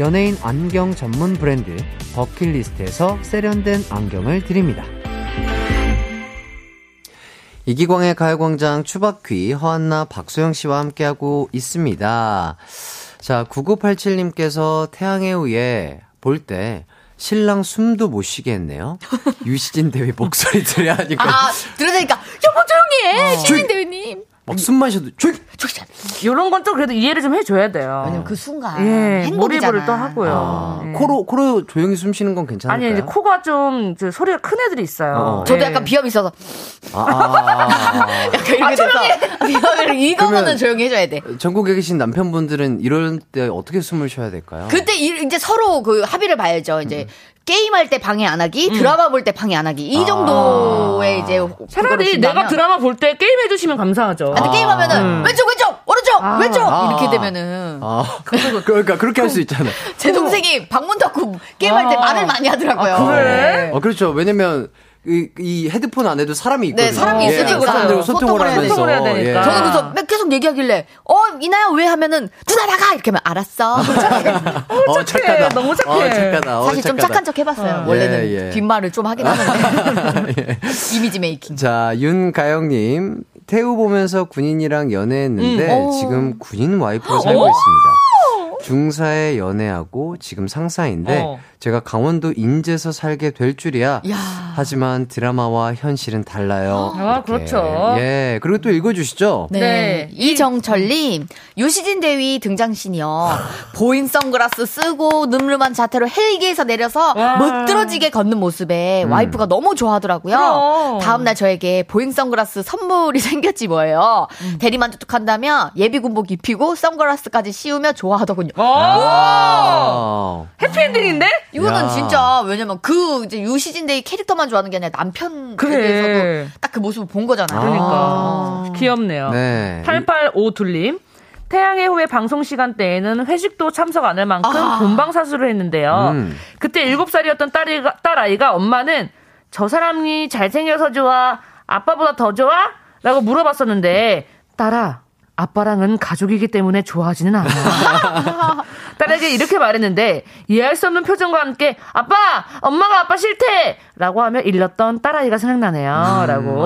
연예인 안경 전문 브랜드 버킷리스트에서 세련된 안경을 드립니다. 이기광의 가요광장 추박귀 허한나 박소영 씨와 함께하고 있습니다. 자, 9987님께서 태양의 후예 볼 때 신랑 숨도 못 쉬게 했네요. 유시진 대회 목소리 들려하니까 아, 들으니까, 여보 조용히 어. 해! 조용히- 시민 대위님! 막 숨 마셔도 조용히 조용히 해. 요런 건 또 그래도 이해를 좀 해줘야 돼요. 왜냐면 그 순간. 예, 행복이잖아. 몰입을 또 하고요. 아, 예. 코로 코로 조용히 숨 쉬는 건 괜찮을까요? 아니, 이제 코가 좀, 그 소리가 큰 애들이 있어요. 어. 저도 예. 약간 비염 이 있어서 아, 아, 아. 약간 이렇게 돼서 비염을 이거는 그러면- 조용히 해줘야 돼. 전국에 계신 그 남편분들은 이럴 때 어떻게 숨을 쉬어야 될까요? 음. 그때 이- 이제 서로 그 합의를 봐야죠. 이제 게임할 때 방해 안 하기, 드라마 볼 때 방해 안 하기. 이 정도의 이제. 그거를 아. 차라리 준다면- 내가 드라마 음. 볼 때 게임 해주시면 감사하죠. 아, 근데 게임하면은 왼쪽, 왼쪽, 오른쪽, 왼쪽! 아. 이렇게 되면은. 아, 그러니까 그렇게 할 수 있잖아. 제 동생이 방문 닫고 게임할 때 아. 말을 많이 하더라고요. 그래? 어, 그렇죠. 왜냐면 이, 이 헤드폰 안에도 사람이 있거든요. 네, 사람이 예, 있으니까. 사람들과 소통을 소통을 해야 하면서. 되니까. 소통을 해야 되니까. 저는 예. 그래서 막 계속 얘기하길래, 어, 이나야 왜 하면은, 누나 나가! 이렇게 하면 알았어. 어, 착하다. 너무 착해. 어, 착하다. 아, 어, 사실 좀 착하다. 착한 척 해봤어요. 예, 원래는 예. 뒷말을 좀 하긴 하는데. 이미지 메이킹. 자, 윤가영님. 태우 보면서 군인이랑 연애했는데 지금 군인 와이프로 살고 있습니다. 중사에 연애하고 지금 상사인데 어. 제가 강원도 인제서 살게 될 줄이야. 야. 하지만 드라마와 현실은 달라요. 아, 이렇게. 그렇죠. 예. 그리고 또 읽어주시죠. 네. 네. 이정철님, 유시진 대위 등장신이요. 보인 선글라스 쓰고 늠름한 자태로 헬기에서 내려서 와. 멋들어지게 걷는 모습에 음. 와이프가 너무 좋아하더라고요. 그럼. 다음날 저에게 보인 선글라스 선물이 생겼지 뭐예요. 음. 대리만족한다며 예비군복 입히고 선글라스까지 씌우며 좋아하더군요. 어. 해피엔딩인데? 이거는 야. 진짜 왜냐면 그 이제 유시진 대위 캐릭터만 좋아하는 게 아니라 남편에 그래. 대해서도 딱 그 모습을 본 거잖아요. 그러니까. 귀엽네요. 네. 8852님. 태양의 후예 방송 시간대에는 회식도 참석 안 할 만큼 아. 본방사수를 했는데요. 음. 그때 7살이었던 딸이, 딸아이가 엄마는 저 사람이 잘생겨서 좋아? 아빠보다 더 좋아? 라고 물어봤었는데, 딸아, 아빠랑은 가족이기 때문에 좋아하지는 않아. 딸에게 이렇게 말했는데, 이해할 수 없는 표정과 함께, 아빠! 엄마가 아빠 싫대! 라고 하며 일렀던 딸아이가 생각나네요. 라고.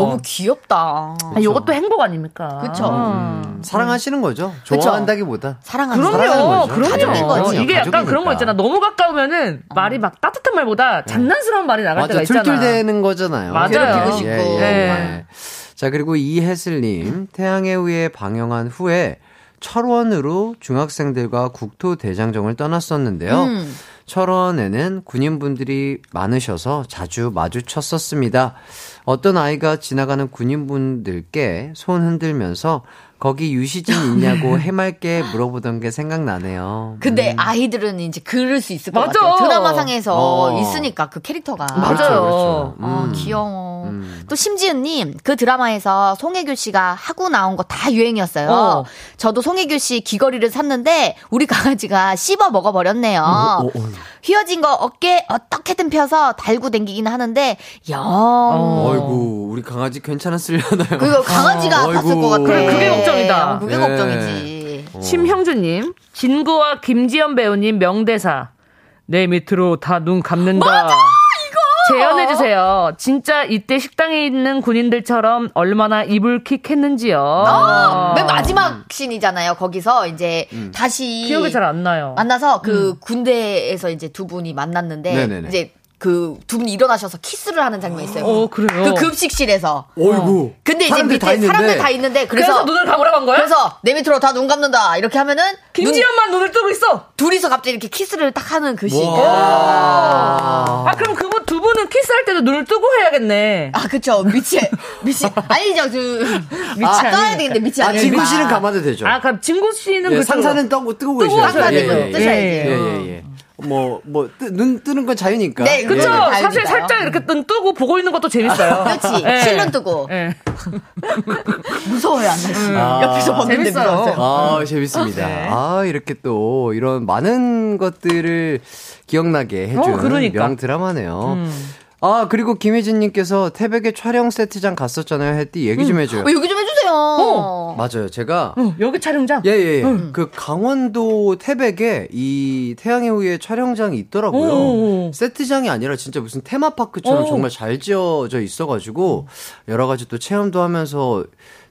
너무 귀엽다. 아, 요것도 행복 아닙니까? 그쵸. 음. 사랑하시는 거죠. 그쵸. 좋아한다기보다. 사랑하는 사람. 사랑하는 그럼요. 거죠. 가족인 그럼요. 거지. 이게 약간 가족이니까. 그런 거 있잖아. 너무 가까우면은 말이 막 따뜻한 말보다 장난스러운 말이 나갈 맞아, 때가 있잖아. 툴툴대는 거잖아요. 예, 맞아요. 괴롭히고 싶고. 네. 자, 그리고 이혜슬님, 태양의 후예 방영한 후에 철원으로 중학생들과 국토대장정을 떠났었는데요. 음. 철원에는 군인분들이 많으셔서 자주 마주쳤었습니다. 어떤 아이가 지나가는 군인분들께 손 흔들면서 거기 유시진 있냐고 해맑게 물어보던 게 생각나네요. 그, 근데 아이들은 이제 그럴 수 있을 것 맞아. 같아요. 드라마상에서 어. 있으니까 그 캐릭터가. 맞아요. 그렇죠, 그렇죠. 아, 음. 귀여워. 또 심지은님, 그 드라마에서 송혜교 씨가 하고 나온 거 다 유행이었어요. 어. 저도 송혜교 씨 귀걸이를 샀는데, 우리 강아지가 씹어 먹어버렸네요. 휘어진 거 어깨 어떻게든 펴서 달고 댕기긴 하는데, 영. 어. 어이구, 우리 강아지 괜찮았으려나요? 그거 강아지가 어이구. 아팠을 것 같아. 그래, 그게 걱정이다. 어, 그게 네. 걱정이지. 심형주님, 어. 진구와 김지연 배우님 명대사. 내 밑으로 다 눈 감는다. 재연해주세요. 진짜 이때 식당에 있는 군인들처럼 얼마나 이불킥 했는지요. 어, 맨 마지막 씬이잖아요. 거기서 이제 다시 음. 기억이 잘 안 나요. 만나서 그 군대에서 이제 두 분이 만났는데 네네네. 이제 그 두 분이 일어나셔서 키스를 하는 장면이 있어요. 어, 그래요? 그 급식실에서. 어이구. 근데 이제 사람들 밑에 다 있는데. 사람들 다 있는데 그래서, 그래서 눈을 감으라고 한 거야? 그래서 내 밑으로 다 눈 감는다 이렇게 하면은 눈, 김지연만 눈을 뜨고 있어. 둘이서 갑자기 이렇게 키스를 딱 하는 그 씬. 아, 그럼 그분 두 분은 키스할 때도 눈을 뜨고 해야겠네. 아 그쵸 미치 미치 아니죠 그 미치 아, 떠야 되겠네 미치 아, 아니야. 진구 씨는 감아도 되죠. 아, 그럼 진구 씨는 예, 그 상사는 떠고 뜨고 뜨고 계셔야죠. 상사는 예, 뜨고 예, 뜨셔야지. 예, 예, 예. 뭐, 뭐, 뜨, 눈 뜨는 건 자유니까. 네, 그쵸. 예, 예. 어, 사실 다행이다. 아, 네. 살짝 이렇게 눈 뜨고 보고 있는 것도 재밌어요. 그렇지 예. 실눈 뜨고 예. 무서워요 안나 씨 아. 음. 옆에서 봤는데 재밌어요. 무서웠어요. 네. 아, 재밌습니다. 아, 이렇게 또 이런 많은 것들을 기억나게 해준 어, 그러니까. 명 드라마네요. 음. 아, 그리고 김혜진님께서 태백의 촬영 세트장 갔었잖아요. 했디 얘기 좀 해줘요. 어, 얘기 좀 해주세요. 맞아요. 제가 음. 음, 여기 촬영장. 예, 예, 예. 그 강원도 태백에 이 태양의 후예 촬영장이 있더라고요. 오. 어. 세트장이 아니라 진짜 무슨 테마파크처럼 오. 정말 잘 지어져 있어가지고 여러 가지 또 체험도 하면서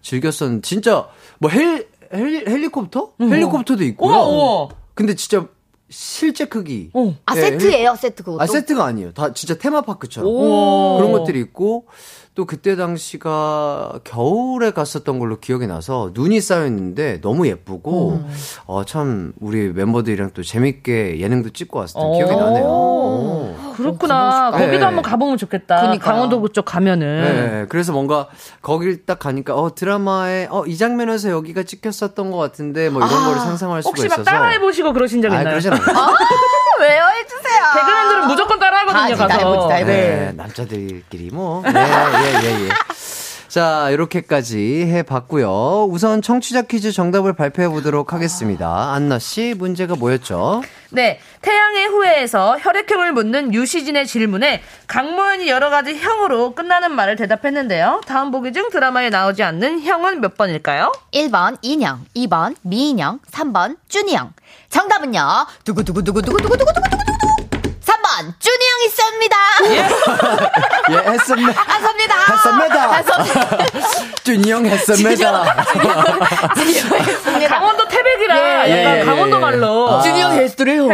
즐겼었는데 진짜 뭐 헬, 헬, 헬리콥터? 헬리콥터도 있고요. 우와, 어. 우와. 근데 진짜 실제 크기. 오. 아 예, 세트예요 세트 그것도. 아, 세트가 아니에요. 다 진짜 테마파크처럼. 뭐 오. 그런 것들이 있고 또 그때 당시가 겨울에 갔었던 걸로 기억이 나서 눈이 쌓였는데 너무 예쁘고 어, 참 우리 멤버들이랑 또 재밌게 예능도 찍고 왔었던 기억이 나네요. 오. 그렇구나. 가고 싶다. 거기도 네. 한번 가보면 좋겠다. 그러니까요. 강원도 그쪽 가면은. 네, 그래서 뭔가 거길 딱 가니까 어 드라마에 어 이 장면에서 여기가 찍혔었던 것 같은데 뭐 이런 거를 상상할 수가 아, 혹시 있어서 막 따라해 보시고 그러신 적 아 있나요? 그러진 않아요. 왜요? 해주세요. 개그맨들은 무조건 아, 따라하거든요. 다 해보지, 가서. 다 해보지. 네, 남자들끼리 뭐. 네, 예, 예, 예. 자, 이렇게까지 해봤고요. 우선 청취자 퀴즈 정답을 발표해 보도록 하겠습니다. 안나 씨, 문제가 뭐였죠? 네, 태양의 후예에서 혈액형을 묻는 유시진의 질문에 강모현이 여러 가지 형으로 끝나는 말을 대답했는데요. 다음 보기 중 드라마에 나오지 않는 형은 몇 번일까요? 1번 인형, 2번 미인형, 3번 쭈니형. 정답은요. 두구두구두구두구두구두구두구두구. 3번 쭈니형 있습니다. 예, 했습니다. 감사합니다. 했습니다. 감사합니다. 준이형 했습니다. 강원도 태백이라 예, 약간 예, 강원도 예. 말로. 쭈니형 해드려요.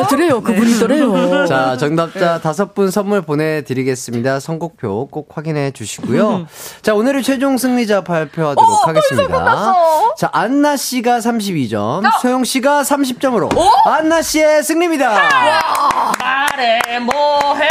해드려요. 그분이더래요. 자, 정답자 다섯 분 선물 보내드리겠습니다. 선곡표 꼭 확인해 주시고요. 자, 오늘의 최종 승리자 발표하도록 하겠습니다. 자, 안나 씨가 32점, 소영 씨가 30점으로 안나 씨의 승리입니다. 말해 뭐해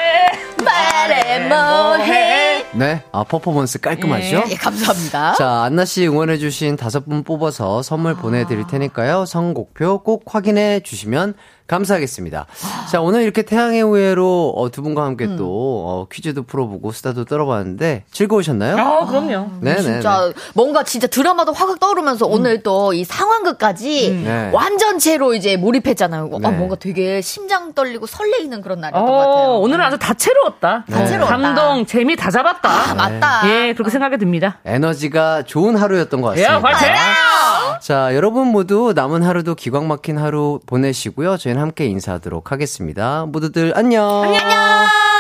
말해 뭐해. 네, 아, 퍼포먼스 깔끔하죠? 예, 감사합니다. 아. 자, 안나 씨 응원해주신 다섯 분 뽑아서 선물 보내드릴 테니까요. 선곡표 꼭 확인해 주시면 감사하겠습니다. 자, 오늘 이렇게 태양의 우회로 어, 두 분과 함께 또 어, 퀴즈도 풀어보고 수다도 떨어봤는데 즐거우셨나요? 아 그럼요 네네. 진짜 뭔가 진짜 드라마도 확확 떠오르면서 오늘 또 이 상황극까지 네. 완전체로 이제 몰입했잖아요. 아, 네. 뭔가 되게 심장 떨리고 설레이는 그런 날이었던 것 같아요. 어, 오늘은 아주 다채로웠다 다채로웠다. 감동 재미 다 잡았다 아, 맞다. 예 그렇게 생각이 듭니다 에너지가 좋은 하루였던 것 야 같습니다. 예, 화이팅 자, 여러분 모두 남은 하루도 기광 막힌 하루 보내시고요. 저희는 함께 인사하도록 하겠습니다. 모두들 안녕. 안녕.